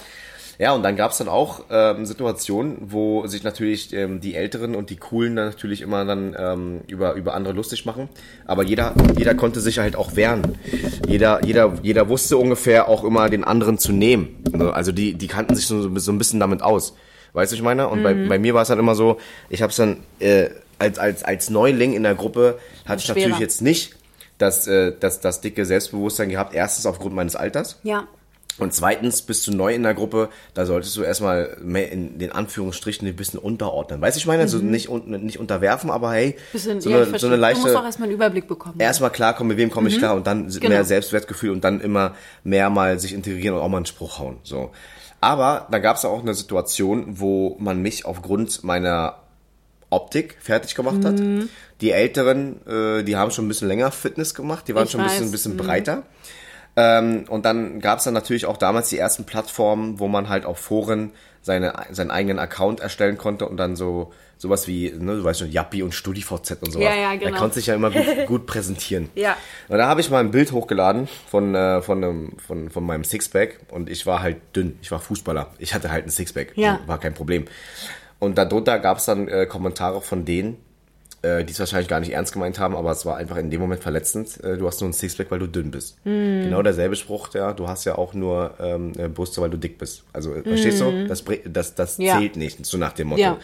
Ja, und dann gab's dann auch ähm, Situationen, wo sich natürlich ähm, die Älteren und die Coolen dann natürlich immer dann ähm, über, über andere lustig machen. Aber jeder, jeder konnte sich halt auch wehren. Jeder, jeder, jeder wusste ungefähr auch immer den anderen zu nehmen. Ne? Also die, die kannten sich so, so ein bisschen damit aus. Weißt du, was ich meine? Und bei, Mhm. bei mir war es halt immer so, ich hab's dann äh, als, als, als Neuling in der Gruppe, hatte ich Schwerer. natürlich jetzt nicht das, äh, das, das dicke Selbstbewusstsein gehabt. Erstens aufgrund meines Alters. Ja. Und zweitens, bist du neu in der Gruppe, da solltest du erstmal mehr in den Anführungsstrichen ein bisschen unterordnen. Weißt du, ich meine, also nicht, un- nicht unterwerfen, aber hey, Mhm. Bisschen, so, ja, ich eine, so verstehe. eine leichte du musst auch erstmal einen Überblick bekommen. erstmal klarkommen, mit wem komme ich klar und dann Genau. mehr Selbstwertgefühl und dann immer mehr mal sich integrieren und auch mal einen Spruch hauen. So. Aber da gab es auch eine Situation, wo man mich aufgrund meiner Optik fertig gemacht hat. Mhm. Die Älteren, äh, die haben schon ein bisschen länger Fitness gemacht, die waren Ich schon ein bisschen, weiß, Mhm. ein bisschen breiter. Ähm, und dann gab es dann natürlich auch damals die ersten Plattformen, wo man halt auf Foren seine, seinen eigenen Account erstellen konnte und dann so sowas wie, ne, du weißt schon, Yappi und StudiVZ und sowas. Ja, ja, Da genau. konntest du dich ja immer gut, gut präsentieren. Ja. Und da habe ich mal ein Bild hochgeladen von, äh, von, einem, von, von meinem Sixpack und ich war halt dünn. Ich war Fußballer. Ich hatte halt ein Sixpack. Ja. War kein Problem. Und darunter gab es dann äh, Kommentare von denen, äh, die es wahrscheinlich gar nicht ernst gemeint haben, aber es war einfach in dem Moment verletzend. Äh, du hast nur ein Sixpack, weil du dünn bist. Hm. Genau derselbe Spruch, ja. Du hast ja auch nur ähm, äh, Brüste, weil du dick bist. Also, äh, verstehst du? Das, bri- das, das Hm. Ja. zählt nicht, so nach dem Motto. Ja.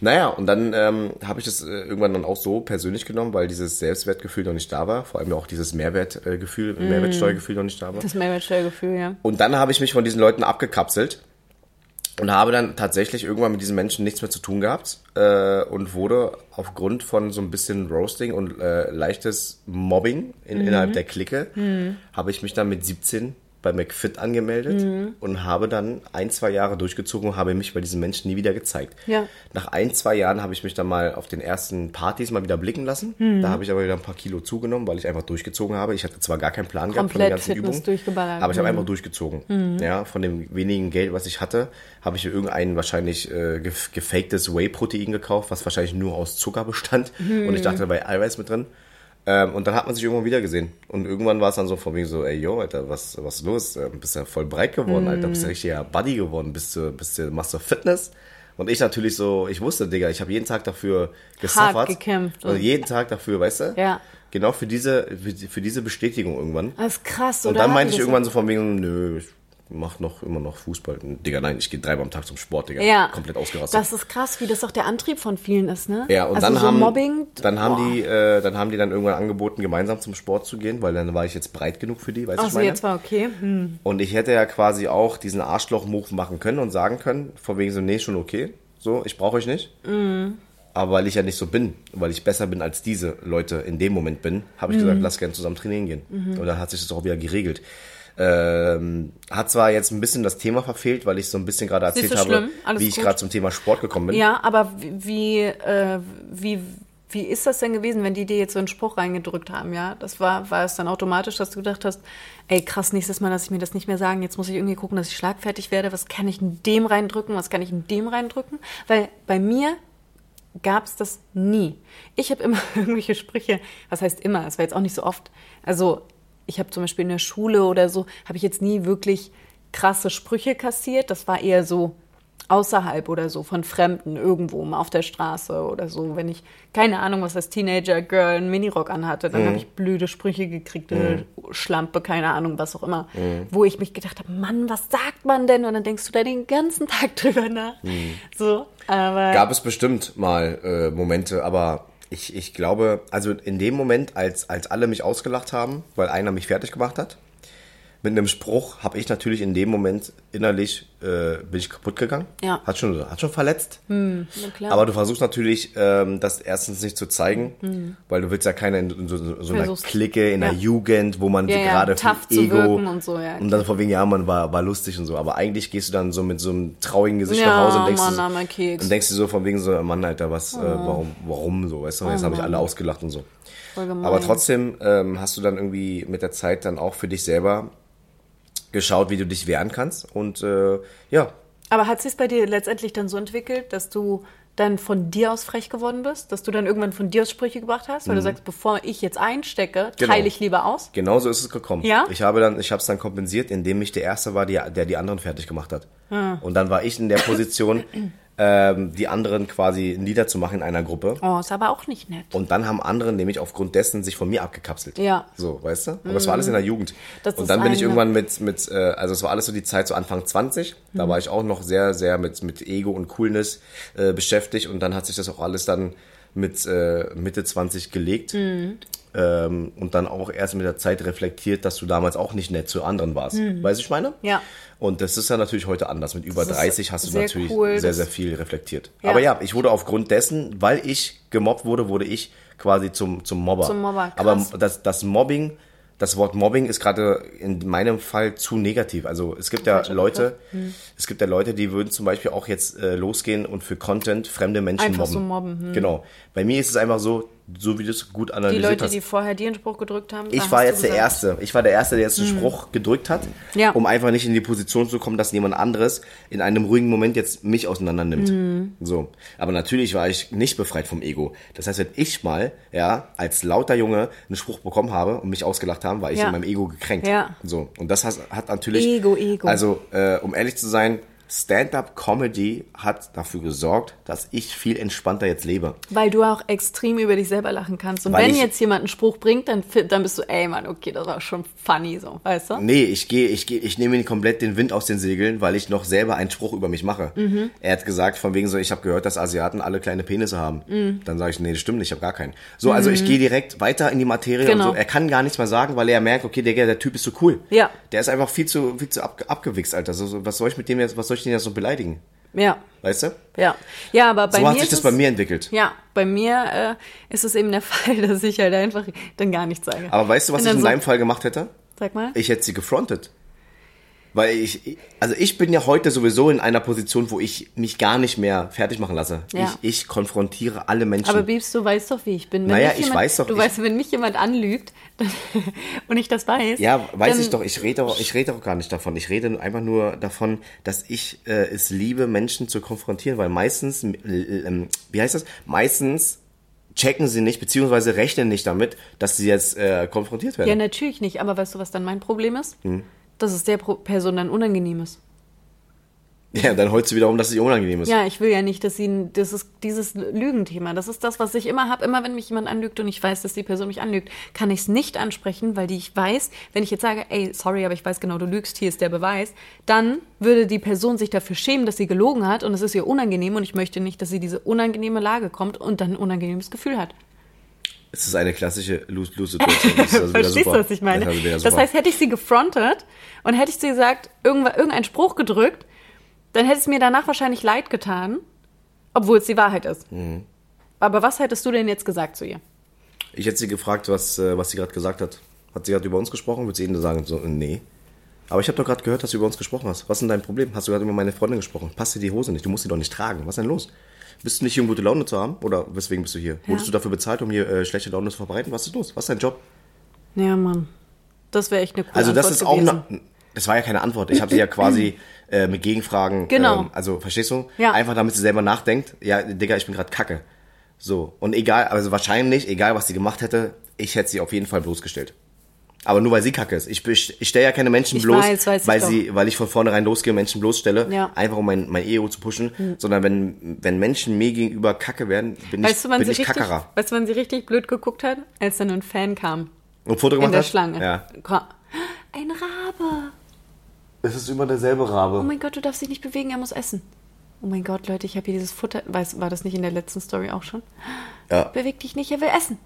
Naja, und dann ähm, habe ich das äh, irgendwann dann auch so persönlich genommen, weil dieses Selbstwertgefühl noch nicht da war. Vor allem auch dieses Mehrwertgefühl, Mehrwertsteuergefühl noch nicht da war. Das Mehrwertsteuergefühl, ja. Und dann habe ich mich von diesen Leuten abgekapselt und habe dann tatsächlich irgendwann mit diesen Menschen nichts mehr zu tun gehabt äh, und wurde aufgrund von so ein bisschen Roasting und äh, leichtes Mobbing Mhm. in, innerhalb der Clique, habe ich mich dann mit 17 bei McFit angemeldet Mhm. und habe dann ein, zwei Jahre durchgezogen und habe mich bei diesen Menschen nie wieder gezeigt. Ja. Nach ein, zwei Jahren habe ich mich dann mal auf den ersten Partys mal wieder blicken lassen. Mhm. Da habe ich aber wieder ein paar Kilo zugenommen, weil ich einfach durchgezogen habe. Ich hatte zwar gar keinen Plan gehabt von den Komplett ganzen Fitness Übungen, durchgeballert. aber ich habe einfach durchgezogen. Mhm. Ja, von dem wenigen Geld, was ich hatte, habe ich irgendein wahrscheinlich äh, gef gefaktes Whey-Protein gekauft, was wahrscheinlich nur aus Zucker bestand. Und Mhm. ich dachte, da war Eiweiß mit drin. Ähm, und dann hat man sich irgendwann wieder gesehen. Und irgendwann war es dann so von wegen so, ey, yo, Alter, was, was ist los? Ähm, bist ja voll breit geworden, Alter. Bist ja Mhm. richtiger Buddy geworden. Bist du, bist du, machst du Fitness? Und ich natürlich so, ich wusste, Digga, ich habe jeden Tag dafür gesuffert. gekämpft Also und- jeden Tag dafür, weißt du? Ja. Genau für diese, für, für diese Bestätigung irgendwann. Das ist krass, oder? Und dann meinte Wie ich das- irgendwann so von wegen, nö, ich mach noch immer noch Fußball. Digga, nein, ich gehe dreimal am Tag zum Sport, Digga. ja. Komplett ausgerastet. Das ist krass, wie das auch der Antrieb von vielen ist, ne? ja, und also dann, so haben, Mobbing, dann haben boah. die, äh, dann haben die dann irgendwann angeboten, gemeinsam zum Sport zu gehen, weil dann war ich jetzt breit genug für die, weißt du, ich Achso, meine? jetzt war okay. Hm. Und ich hätte ja quasi auch diesen Arschloch-Move machen können und sagen können, von wegen so, nee, schon okay, so, ich brauche euch nicht. Aber weil ich ja nicht so bin, weil ich besser bin als diese Leute in dem Moment bin, habe ich Mhm. gesagt, lass gerne zusammen trainieren gehen. Und dann hat sich das auch wieder geregelt. Ähm, hat zwar jetzt ein bisschen das Thema verfehlt, weil ich so ein bisschen gerade nicht erzählt so habe, schlimm, alles wie ich gut. gerade zum Thema Sport gekommen bin. Ja, aber wie, äh, wie, wie ist das denn gewesen, wenn die dir jetzt so einen Spruch reingedrückt haben, ja? Das war, war es dann automatisch, dass du gedacht hast, ey, krass, nächstes Mal lasse ich mir das nicht mehr sagen, jetzt muss ich irgendwie gucken, dass ich schlagfertig werde, was kann ich in dem reindrücken, was kann ich in dem reindrücken? Weil bei mir gab es das nie. Ich habe immer irgendwelche Sprüche, was heißt immer, es war jetzt auch nicht so oft. Also ich habe zum Beispiel in der Schule oder so, habe ich jetzt nie wirklich krasse Sprüche kassiert. Das war eher so, außerhalb oder so, von Fremden irgendwo, mal auf der Straße oder so. Wenn ich, keine Ahnung, was das Teenager-Girl einen Minirock anhatte, Mhm. dann habe ich blöde Sprüche gekriegt, eine Schlampe, keine Ahnung, was auch immer. Mhm. Wo ich mich gedacht habe, Mann, was sagt man denn? Und dann denkst du da den ganzen Tag drüber nach. So, aber Mhm. Gab es bestimmt mal äh, Momente, aber ich, ich glaube, also in dem Moment, als, als alle mich ausgelacht haben, weil einer mich fertig gemacht hat, mit einem Spruch habe ich natürlich in dem Moment innerlich äh, bin ich kaputt gegangen. Ja. Hat schon, hat schon verletzt. na klar. Mhm. Aber du versuchst natürlich, ähm, das erstens nicht zu zeigen, weil du willst ja keine in so, so so einer Versuchst- Clique in der ja. Jugend, wo man Ja, so ja, gerade tough zu wirken und so, ja, und dann von wegen, ja, man war, war lustig und so. Aber eigentlich gehst du dann so mit so einem traurigen Gesicht Ja, nach Hause und denkst, Mann, du so- armer Mhm. Keks. und denkst du so von wegen so, Mann, Alter, was, äh, warum, warum so, weißt du? Oh Und jetzt haben mich alle ausgelacht und so. Voll gemein. Aber trotzdem ähm, hast du dann irgendwie mit der Zeit dann auch für dich selber geschaut, wie du dich wehren kannst. Und äh, ja, Aber hat sich bei dir letztendlich dann so entwickelt, dass du dann von dir aus frech geworden bist, dass du dann irgendwann von dir aus Sprüche gebracht hast, weil du sagst, bevor ich jetzt einstecke, Mhm. Genau. teile ich lieber aus. Genau so ist es gekommen. Ja? Ich habe dann, ich habe es dann kompensiert, indem ich der Erste war, die, der die anderen fertig gemacht hat. Und dann war ich in der Position, ähm, die anderen quasi niederzumachen in einer Gruppe. Oh, ist aber auch nicht nett. Und dann haben andere nämlich aufgrund dessen sich von mir abgekapselt. Ja. Mhm. So, weißt du? Aber es war alles in der Jugend. Das und ist dann bin ich eine- irgendwann mit, mit äh, also es war alles so die Zeit so Anfang 20. Mhm. Da war ich auch noch sehr, sehr mit, mit Ego und Coolness äh, beschäftigt. Und dann hat sich das auch alles dann mit äh, Mitte 20 gelegt. Mhm. Ähm, und dann auch erst mit der Zeit reflektiert, dass du damals auch nicht nett zu anderen warst. Weißt du, ich meine? Mhm. Ja. Und das ist ja natürlich heute anders. Mit über ist 30 hast du sehr natürlich cool, sehr, das- sehr viel reflektiert. Ja. Aber ja, ich wurde aufgrund dessen, weil ich gemobbt wurde, wurde ich quasi zum, zum Mobber. Zum Mobber, Aber krass. das, das Mobbing, das Wort Mobbing ist gerade in meinem Fall zu negativ. Also es gibt ja Falscher Hm. Leute, es gibt ja Leute, die würden zum Beispiel auch jetzt äh, losgehen und für Content fremde Menschen Einfach mobben. so mobben, hm. Genau. Bei mir ist es einfach so, so wie du es gut Die analysiert Leute, hast. die vorher dir einen Spruch gedrückt haben. da Ich hast war du jetzt der gesagt, Mhm. Erste. Ich war der Erste, der jetzt einen Spruch gedrückt hat, Ja. um einfach nicht in die Position zu kommen, dass jemand anderes in einem ruhigen Moment jetzt mich auseinander nimmt. Mhm. So. Aber natürlich war ich nicht befreit vom Ego. Das heißt, wenn ich mal, ja, als lauter Junge einen Spruch bekommen habe und mich ausgelacht haben, war ich Ja. in meinem Ego gekränkt. Ja. So. Und das hat, hat natürlich. Ego, Ego. Also, äh, um ehrlich zu sein, Stand-up-Comedy hat dafür gesorgt, dass ich viel entspannter jetzt lebe. Weil du auch extrem über dich selber lachen kannst. Und Weil wenn ich- jetzt jemand einen Spruch bringt, dann, fi- dann bist du, ey Mann, okay, das war schon funny so, weißt du? Nee, ich gehe, ich gehe, ich nehme ihn komplett den Wind aus den Segeln, weil ich noch selber einen Spruch über mich mache. Mhm. Er hat gesagt, von wegen so, ich habe gehört, dass Asiaten alle kleine Penisse haben. Mhm. Dann sage ich, nee, das stimmt nicht, ich habe gar keinen. So, also ich gehe direkt weiter in die Materie Genau. und so. Er kann gar nichts mehr sagen, weil er merkt, okay, der, der Typ ist so cool. Ja. Der ist einfach viel zu, viel zu ab, abgewichst, Alter. So, so, was soll ich mit dem jetzt, was soll ich den jetzt so beleidigen? Ja, Weißt du? ja. Ja, aber bei So mir hat sich ist das es- bei mir entwickelt. Ja, bei mir äh, ist es eben der Fall, dass ich halt einfach dann gar nichts sage. Aber weißt du, was Bin ich dann in so, deinem Fall gemacht hätte? Sag mal. Ich hätte sie gefrontet. Weil ich, also ich bin ja heute sowieso in einer Position, wo ich mich gar nicht mehr fertig machen lasse. Ja. Ich, ich konfrontiere alle Menschen. Aber Biebs, du weißt doch, wie ich bin. Wenn Naja, mich ich jemand, weiß doch, Du ich- weißt, wenn mich jemand anlügt dann, und ich das weiß. ja, weiß dann, ich doch, ich rede, auch- ich rede auch gar nicht davon. Ich rede einfach nur davon, dass ich äh, es liebe, Menschen zu konfrontieren, weil meistens, äh, ähm, wie heißt das? Meistens checken sie nicht, beziehungsweise rechnen nicht damit, dass sie jetzt äh, konfrontiert werden. Ja, ne. natürlich nicht. Aber weißt du, was dann mein Problem ist? Hm. Dass es der Pro Person dann unangenehm ist. Ja, dann heulst du wiederum, dass es ihr unangenehm ist. Ja, ich will ja nicht, dass sie, das ist dieses Lügenthema, das ist das, was ich immer habe. Immer wenn mich jemand anlügt und ich weiß, dass die Person mich anlügt, kann ich es nicht ansprechen, weil die ich weiß, wenn ich jetzt sage, ey, sorry, aber ich weiß genau, du lügst, hier ist der Beweis, dann würde die Person sich dafür schämen, dass sie gelogen hat und es ist ihr unangenehm und ich möchte nicht, dass sie diese unangenehme Lage kommt und dann ein unangenehmes Gefühl hat. Es ist eine klassische Lose-Lose-Situation. Das ist also wieder Verstehst du, super. was ich meine? Das, ist also wieder Das, super. heißt, hätte ich sie gefrontet und hätte ich sie gesagt, irgendwa- irgendeinen Spruch gedrückt, dann hätte es mir danach wahrscheinlich leid getan, obwohl es die Wahrheit ist. Mhm. Aber was hättest du denn jetzt gesagt zu ihr? Ich hätte sie gefragt, was, äh, was sie gerade gesagt hat. Hat sie gerade über uns gesprochen? Würde sie ihnen sagen, so, nee. Aber ich habe doch gerade gehört, dass du über uns gesprochen hast. Was ist denn dein Problem? Hast du gerade über meine Freundin gesprochen? Passt dir die Hose nicht? Du musst sie doch nicht tragen. Was ist denn los? Bist du nicht hier, um gute Laune zu haben? Oder weswegen bist du hier? Wurdest du dafür bezahlt, um hier äh, schlechte Laune zu verbreiten? Was ist los? Was ist dein Job? Ja, Mann. Das wäre echt eine coole Also das Antwort ist auch gewesen. eine, das war ja keine Antwort. Ich habe sie ja quasi äh, mit Gegenfragen. Genau. Ähm, also verstehst du? Ja. Einfach, damit sie selber nachdenkt. Ja, Digga, ich bin gerade Kacke. So und egal, also wahrscheinlich, egal was sie gemacht hätte, ich hätte sie auf jeden Fall bloßgestellt. Aber nur weil sie kacke ist. Ich, ich, ich stelle ja keine Menschen Ich bloß, weiß, weiß ich weil, doch. sie, weil ich von vornherein losgehe, Menschen bloßstelle, Ja. Hm. einfach um mein, mein Ego zu pushen, sondern wenn, wenn Menschen mir gegenüber kacke werden, bin Weißt du, ich, wann bin sie ich richtig, Kackerer. weißt du, wann sie richtig blöd geguckt hat? Als dann ein Fan kam. Und Foto In gemacht der hast? Schlange. Ja. Ko- Ein Rabe. Es ist immer derselbe Rabe. Oh mein Gott, du darfst dich nicht bewegen, er muss essen. Oh mein Gott, Leute, ich habe hier dieses Futter. Weiß, war das nicht in der letzten Story auch schon? Ja. Beweg dich nicht, er will essen.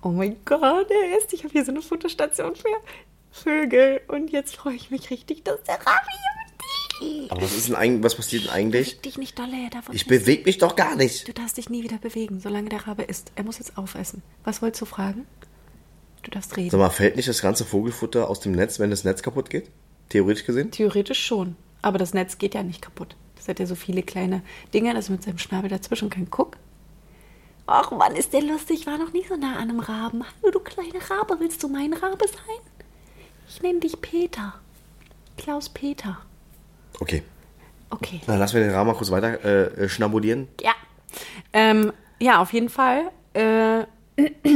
Oh mein Gott, er isst. Ich habe hier so eine Fotostation für Vögel. Und jetzt freue ich mich richtig, dass der Rabe hier mit dir Aber was, ist denn eigentlich, was passiert denn eigentlich? Beweg dich nicht, Dolle, er darf uns Ich nicht- bewege mich doch gar nicht. Du darfst dich nie wieder bewegen, solange der Rabe isst. Er muss jetzt aufessen. Was wolltest du fragen? Du darfst reden. Sag mal, fällt nicht das ganze Vogelfutter aus dem Netz, wenn das Netz kaputt geht? Theoretisch gesehen? Theoretisch schon. Aber das Netz geht ja nicht kaputt. Das hat ja so viele kleine Dinger, dass mit seinem Schnabel dazwischen kein Guck. Ach Mann, ist der lustig. Ich war noch nie so nah an einem Raben. Hallo, du kleine Rabe. Willst du mein Rabe sein? Ich nenne dich Peter. Klaus Peter. Okay. Okay. Dann lassen wir den Rahmen mal kurz weiter äh, äh, schnabulieren. Ja. Ähm, ja, auf jeden Fall. Äh,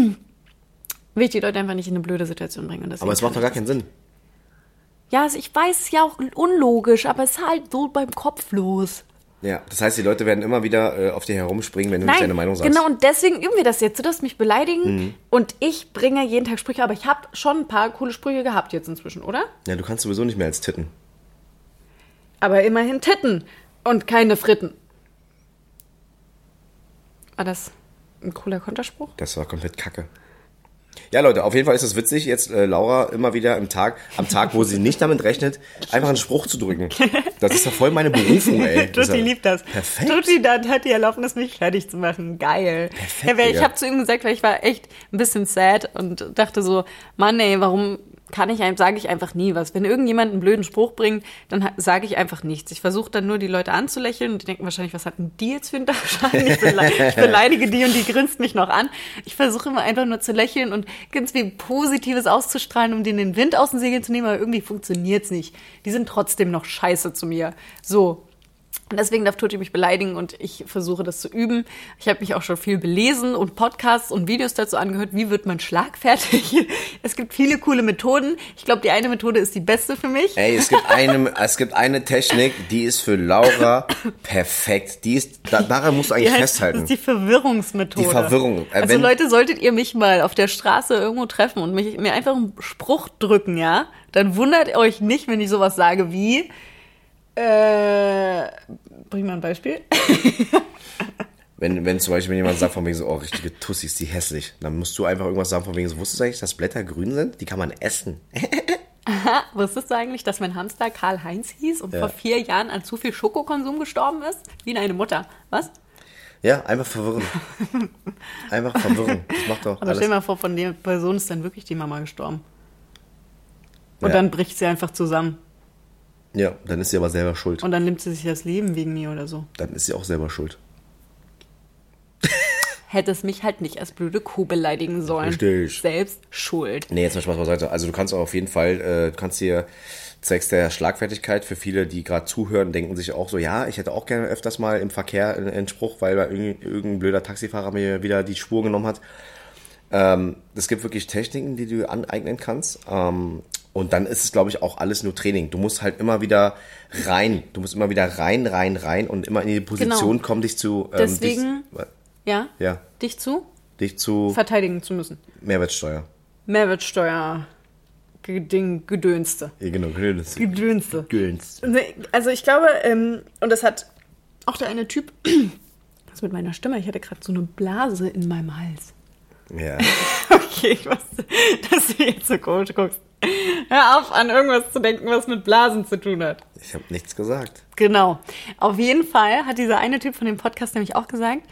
will ich die Leute einfach nicht in eine blöde Situation bringen. Und deswegen Aber es macht doch kann gar ich keinen Sinn. das- Ja, also ich weiß, es ist ja auch unlogisch, aber es ist halt so beim Kopf los. Ja, das heißt, die Leute werden immer wieder äh, auf dir herumspringen, wenn du nicht deine Meinung sagst. Mhm. Genau, und deswegen üben wir das jetzt. Du darfst mich beleidigen und ich bringe jeden Tag Sprüche, aber ich habe schon ein paar coole Sprüche gehabt jetzt inzwischen, oder? Ja, du kannst sowieso nicht mehr als Titten. Aber immerhin Titten und keine Fritten. War das ein cooler Konterspruch? Das war komplett kacke. Ja, Leute, auf jeden Fall ist es witzig, jetzt äh, Laura immer wieder im Tag, am Tag, wo sie nicht damit rechnet, einfach einen Spruch zu drücken. Das ist ja voll meine Berufung, Oh, ey. Das ist ja Perfekt. dann hat die Erlaubnis, mich fertig zu machen. Geil. Perfekt, weil ich Digga. habe zu ihm gesagt, weil ich war echt ein bisschen sad und dachte so, Mann, ey, warum kann ich einem, sage ich einfach nie was. Wenn irgendjemand einen blöden Spruch bringt, dann sage ich einfach nichts. Ich versuche dann nur, die Leute anzulächeln und die denken wahrscheinlich, was hatten die jetzt für einen Dachschaden? Ich, bele ich beleidige die und die grinst mich noch an. Ich versuche immer einfach nur zu lächeln und ganz viel Positives auszustrahlen, um denen den Wind aus den Segeln zu nehmen, aber irgendwie funktioniert's nicht. Die sind trotzdem noch scheiße zu mir. So, und deswegen darf Tutti mich beleidigen und ich versuche das zu üben. Ich habe mich auch schon viel belesen und Podcasts und Videos dazu angehört, wie wird man schlagfertig. Es gibt viele coole Methoden. Ich glaube, die eine Methode ist die beste für mich. Ey, es gibt, eine, es gibt eine Technik, die ist für Laura perfekt. Die ist, da, daran musst du Die eigentlich heißt- Das festhalten. ist die Verwirrungsmethode. Die Verwirrung. Äh, Also wenn- Leute, solltet ihr mich mal auf der Straße irgendwo treffen und mich, mir einfach einen Spruch drücken, ja, dann wundert euch nicht, wenn ich sowas sage wie, äh, bring mal ein Beispiel. Wenn, wenn zum Beispiel jemand sagt von wegen so, oh, richtige Tussi ist die hässlich, dann musst du einfach irgendwas sagen von wegen so, wusstest du eigentlich, dass Blätter grün sind? Die kann man essen. Wusstest du eigentlich, dass mein Hamster Karl-Heinz hieß und vor vier Jahren an zu viel Schokokonsum gestorben ist? Wie eine Mutter. Was? Ja, einfach verwirren. Einfach verwirren. Das macht doch Aber alles. stell dir mal vor, von der Person ist dann wirklich die Mama gestorben. Und Ja. dann bricht sie einfach zusammen. Ja, dann ist sie aber selber schuld. Und dann nimmt sie sich das Leben wegen mir oder so. Dann ist sie auch selber schuld. Hätte es mich halt nicht als blöde Kuh beleidigen sollen. Richtig. Selbst schuld. Nee, jetzt mal Spaß beiseite. Also du kannst auch auf jeden Fall, äh, du kannst hier zwecks der Schlagfertigkeit für viele, die gerade zuhören, denken sich auch so, ja, ich hätte auch gerne öfters mal im Verkehr einen, einen Spruch, weil da irgendein, irgendein blöder Taxifahrer mir wieder die Spur genommen hat. Ähm, es gibt wirklich Techniken, die du aneignen kannst. Ähm, und dann ist es, glaube ich, auch alles nur Training. Du musst halt immer wieder rein. Du musst immer wieder rein, rein, rein und immer in die Position Genau. kommen, dich zu... Ähm, Deswegen- Dich, Ja? ja, Dich zu? dich zu Verteidigen zu müssen. Mehrwertsteuer. Mehrwertsteuer. Geding, Gedönste. Ja, genau, Gönst. Gedönste. Gönst. Nee, Also ich glaube, ähm, und das hat auch der eine Typ, was mit meiner Stimme, ich hatte gerade so eine Blase in meinem Hals. Ja. Okay, ich weiß, dass du jetzt so komisch guckst. Hör auf, an irgendwas zu denken, was mit Blasen zu tun hat. Ich habe nichts gesagt. Genau. Auf jeden Fall hat dieser eine Typ von dem Podcast nämlich auch gesagt,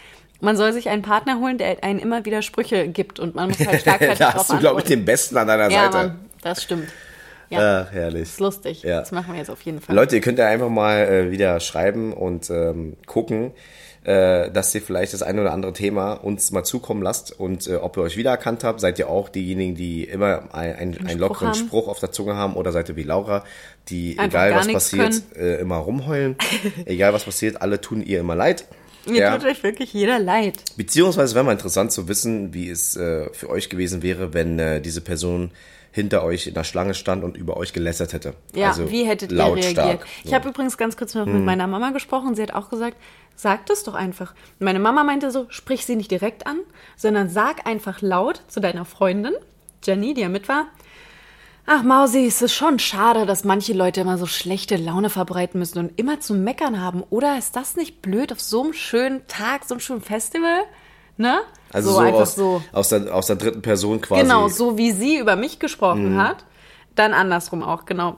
man soll sich einen Partner holen, der einen immer wieder Sprüche gibt und man muss halt stark da hast du, glaube ich, den Besten an deiner Ja, Seite. Mann, das stimmt. Ja, Ach, herrlich. ist lustig. Ja. Das machen wir jetzt auf jeden Fall. Leute, ihr könnt ja einfach mal äh, wieder schreiben und ähm, gucken, äh, dass ihr vielleicht das ein oder andere Thema uns mal zukommen lasst und äh, ob ihr euch wiedererkannt habt. Seid ihr auch diejenigen, die immer ein, ein, einen lockeren haben? Spruch auf der Zunge haben oder seid ihr wie Laura, die Einfach egal gar was nichts passiert, äh, immer rumheulen. egal was passiert, alle tun ihr immer leid. Mir Ja. tut euch wirklich jeder leid. Beziehungsweise wäre mal interessant zu wissen, wie es äh, für euch gewesen wäre, wenn äh, diese Person hinter euch in der Schlange stand und über euch gelästert hätte. Ja, also wie hättet ihr lautstark, reagiert? Ich so. Hm. habe übrigens ganz kurz noch mit meiner Mama gesprochen. Sie hat auch gesagt, sag das doch einfach. Meine Mama meinte so, sprich sie nicht direkt an, sondern sag einfach laut zu deiner Freundin, Jenny, die ja mit war. Ach, Mausi, es ist schon schade, dass manche Leute immer so schlechte Laune verbreiten müssen und immer zu meckern haben. Oder ist das nicht blöd auf so einem schönen Tag, so einem schönen Festival? Ne? Also so, aus, Aus, der, aus der dritten Person quasi. Genau, so wie sie über mich gesprochen hat, dann andersrum auch, genau.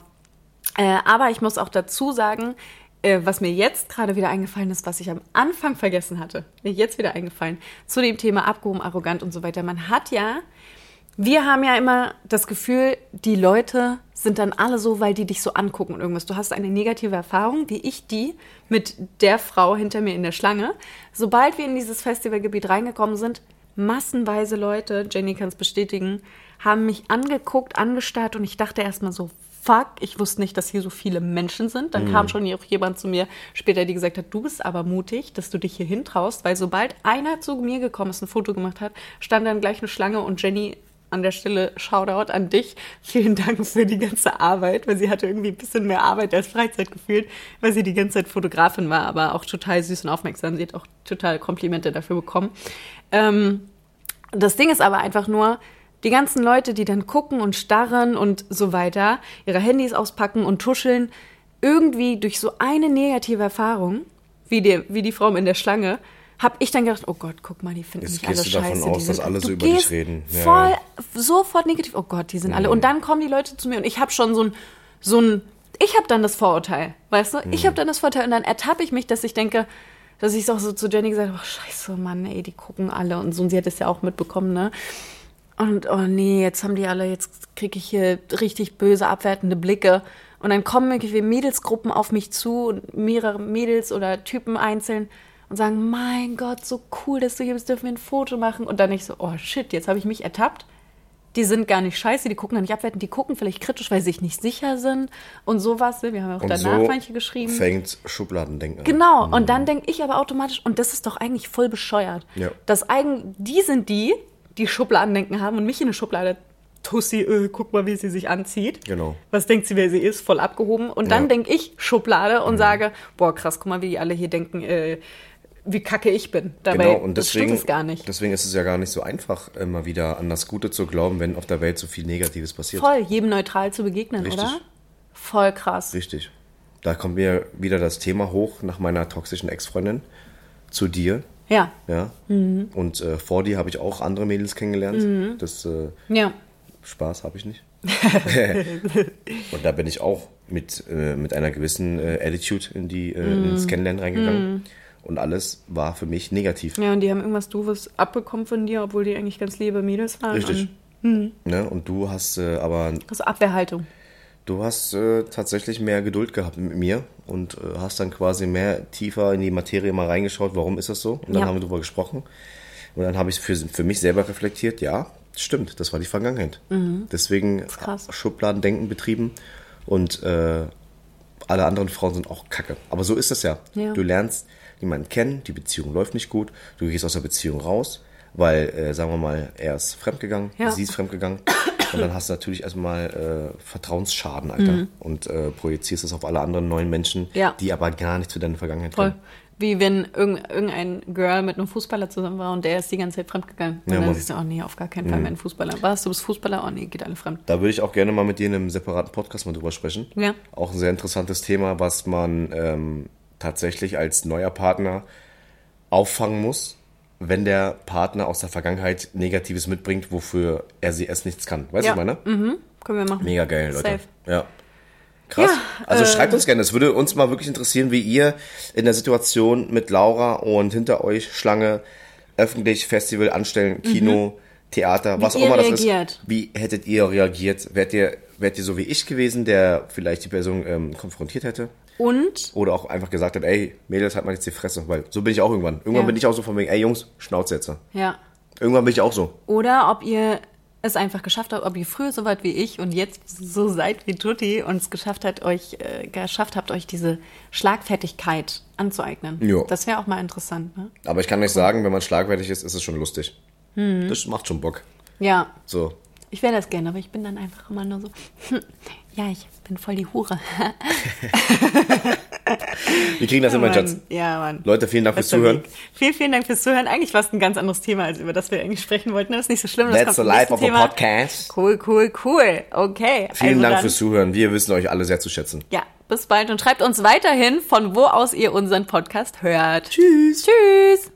Äh, aber ich muss auch dazu sagen, äh, was mir jetzt gerade wieder eingefallen ist, was ich am Anfang vergessen hatte, mir jetzt wieder eingefallen, zu dem Thema abgehoben, arrogant und so weiter. Man hat ja, wir haben ja immer das Gefühl, die Leute sind dann alle so, weil die dich so angucken und irgendwas. Du hast eine negative Erfahrung, wie ich die mit der Frau hinter mir in der Schlange. Sobald wir in dieses Festivalgebiet reingekommen sind, massenweise Leute, Jenny kann es bestätigen, haben mich angeguckt, angestarrt und ich dachte erstmal so, fuck, ich wusste nicht, dass hier so viele Menschen sind. Dann kam schon auch jemand zu mir später, die gesagt hat, du bist aber mutig, dass du dich hier hintraust, weil sobald einer zu mir gekommen ist, ein Foto gemacht hat, stand dann gleich eine Schlange und Jenny an der Stelle Shoutout an dich. Vielen Dank für die ganze Arbeit, weil sie hatte irgendwie ein bisschen mehr Arbeit als Freizeit gefühlt, weil sie die ganze Zeit Fotografin war, aber auch total süß und aufmerksam. Sie hat auch total Komplimente dafür bekommen. Ähm, das Ding ist aber einfach nur, die ganzen Leute, die dann gucken und starren und so weiter, ihre Handys auspacken und tuscheln, irgendwie durch so eine negative Erfahrung, wie die, wie die Frau in der Schlange, habe ich dann gedacht, oh Gott, guck mal, die finden Jetzt mich alle gehst du davon scheiße. aus, die dass alle so du über dich gehst reden. Ja. Voll sofort negativ. Oh Gott, die sind alle. Und dann kommen die Leute zu mir und ich habe schon so ein, so ein, ich habe dann das Vorurteil, weißt du? Ich habe dann das Vorurteil und dann ertappe ich mich, dass ich denke, dass ich es auch so zu Jenny gesagt habe, oh scheiße, Mann, ey, die gucken alle und so. Und sie hat es ja auch mitbekommen, ne? Und oh nee, jetzt haben die alle, jetzt kriege ich hier richtig böse, abwertende Blicke. Und dann kommen irgendwie Mädelsgruppen auf mich zu und mehrere Mädels oder Typen einzeln und sagen, mein Gott, so cool, dass du hier bist, dürfen wir ein Foto machen. Und dann ich so, oh shit, jetzt habe ich mich ertappt. Die sind gar nicht scheiße, die gucken dann nicht abwertend, die gucken vielleicht kritisch, weil sie sich nicht sicher sind und sowas. ne? Wir haben auch Und danach so manche geschrieben. fängt Schubladendenken an. Genau, und dann denke ich aber automatisch, und das ist doch eigentlich voll bescheuert. Ja. Das eigen, die sind die, die Schubladendenken haben und mich in eine Schublade. Tussi, äh, guck mal, wie sie sich anzieht. Genau. Was denkt sie, wer sie ist? Voll abgehoben. Und dann Ja. Mhm. denke ich Schublade und sage, boah, krass, guck mal, wie die alle hier denken, äh, wie kacke ich bin. Dabei Genau, und das deswegen, stimmt es gar nicht. deswegen ist es ja gar nicht so einfach, immer wieder an das Gute zu glauben, wenn auf der Welt so viel Negatives passiert. Voll, jedem neutral zu begegnen, Richtig. oder? Voll krass. Richtig. Da kommt mir wieder das Thema hoch nach meiner toxischen Ex-Freundin zu dir. Ja, Ja. Und äh, vor dir habe ich auch andere Mädels kennengelernt. Das äh, ja. Spaß habe ich nicht. und da bin ich auch mit, äh, mit einer gewissen äh, Attitude in die, äh, ins Kennenlernen reingegangen. Und alles war für mich negativ. Ja, und die haben irgendwas Doofes abbekommen von dir, obwohl die eigentlich ganz liebe Mädels waren. Richtig. Und Ne? Und du hast äh, aber Also Abwehrhaltung. Du hast äh, tatsächlich mehr Geduld gehabt mit mir und äh, hast dann quasi mehr tiefer in die Materie mal reingeschaut, warum ist das so? Und dann Ja. haben wir drüber gesprochen. Und dann habe ich für, für mich selber reflektiert, ja, stimmt, das war die Vergangenheit. Deswegen Mhm. krass. Schubladendenken betrieben und äh, alle anderen Frauen sind auch kacke. Aber so ist das ja. Ja. Du lernst jemanden kennen, die Beziehung läuft nicht gut, du gehst aus der Beziehung raus, weil, äh, sagen wir mal, er ist fremdgegangen, Ja. sie ist fremdgegangen. Und dann hast du natürlich erstmal äh, Vertrauensschaden, Alter. Und äh, projizierst das auf alle anderen neuen Menschen, Mhm. Ja. die aber gar nichts für deine Vergangenheit Voll. können. Wie wenn irgend- irgendein Girl mit einem Fußballer zusammen war und der ist die ganze Zeit fremdgegangen. Und Ja, dann Mann. Mhm. siehst du, oh nee, auf gar keinen Fall mehr ein Fußballer. Was, du bist Fußballer? Oh nee, geht alle fremd. Da würde ich auch gerne mal mit dir in einem separaten Podcast mal drüber sprechen. Ja. Auch ein sehr interessantes Thema, was man ähm, tatsächlich als neuer Partner auffangen muss, wenn der Partner aus der Vergangenheit Negatives mitbringt, wofür er sie erst nichts kann. Weißt du, Ja. was ich meine? Mhm. Können wir machen. Mega geil, Leute. Safe. Ja. Krass. Ja, äh, also schreibt uns gerne. Es würde uns mal wirklich interessieren, wie ihr in der Situation mit Laura und hinter euch Schlange, öffentlich, Festival, Anstellen, Kino, Theater, was auch Mhm. ihr immer das reagiert. ist. Wie hättet ihr reagiert? Wärt ihr, wärt ihr so wie ich gewesen, der vielleicht die Person ähm, konfrontiert hätte? Und Oder auch einfach gesagt hat, ey, Mädels, halt mal jetzt die Fresse. Weil so bin ich auch irgendwann. Irgendwann Ja. bin ich auch so von wegen, ey Jungs, Schnauze jetzt. ja. Irgendwann bin ich auch so. Oder ob ihr es einfach geschafft habt, ob ihr früher so weit wie ich und jetzt so seid wie Tutti und es geschafft habt, euch äh, geschafft habt, euch diese Schlagfertigkeit anzueignen. Ja. Das wäre auch mal interessant, ne? Aber Hm. ich kann euch sagen, wenn man schlagfertig ist, ist es schon lustig. Das macht schon Bock. Ja. So. Ich wäre das gerne, aber ich bin dann einfach immer nur so, hm, ja, ich bin voll die Hure. Wir kriegen das immer, Mann. Schatz. Ja, Mann. Leute, vielen Dank fürs Bester Zuhören. Weg. Vielen, vielen Dank fürs Zuhören. Eigentlich war es ein ganz anderes Thema, als über das wir eigentlich sprechen wollten. Das ist nicht so schlimm. Das That's the kommt zum life nächsten of a Thema. podcast. Cool, cool, cool. Okay. Vielen also Dank dann, fürs Zuhören. Wir wissen euch alle sehr zu schätzen. Ja, bis bald und schreibt uns weiterhin, von wo aus ihr unseren Podcast hört. Tschüss. Tschüss.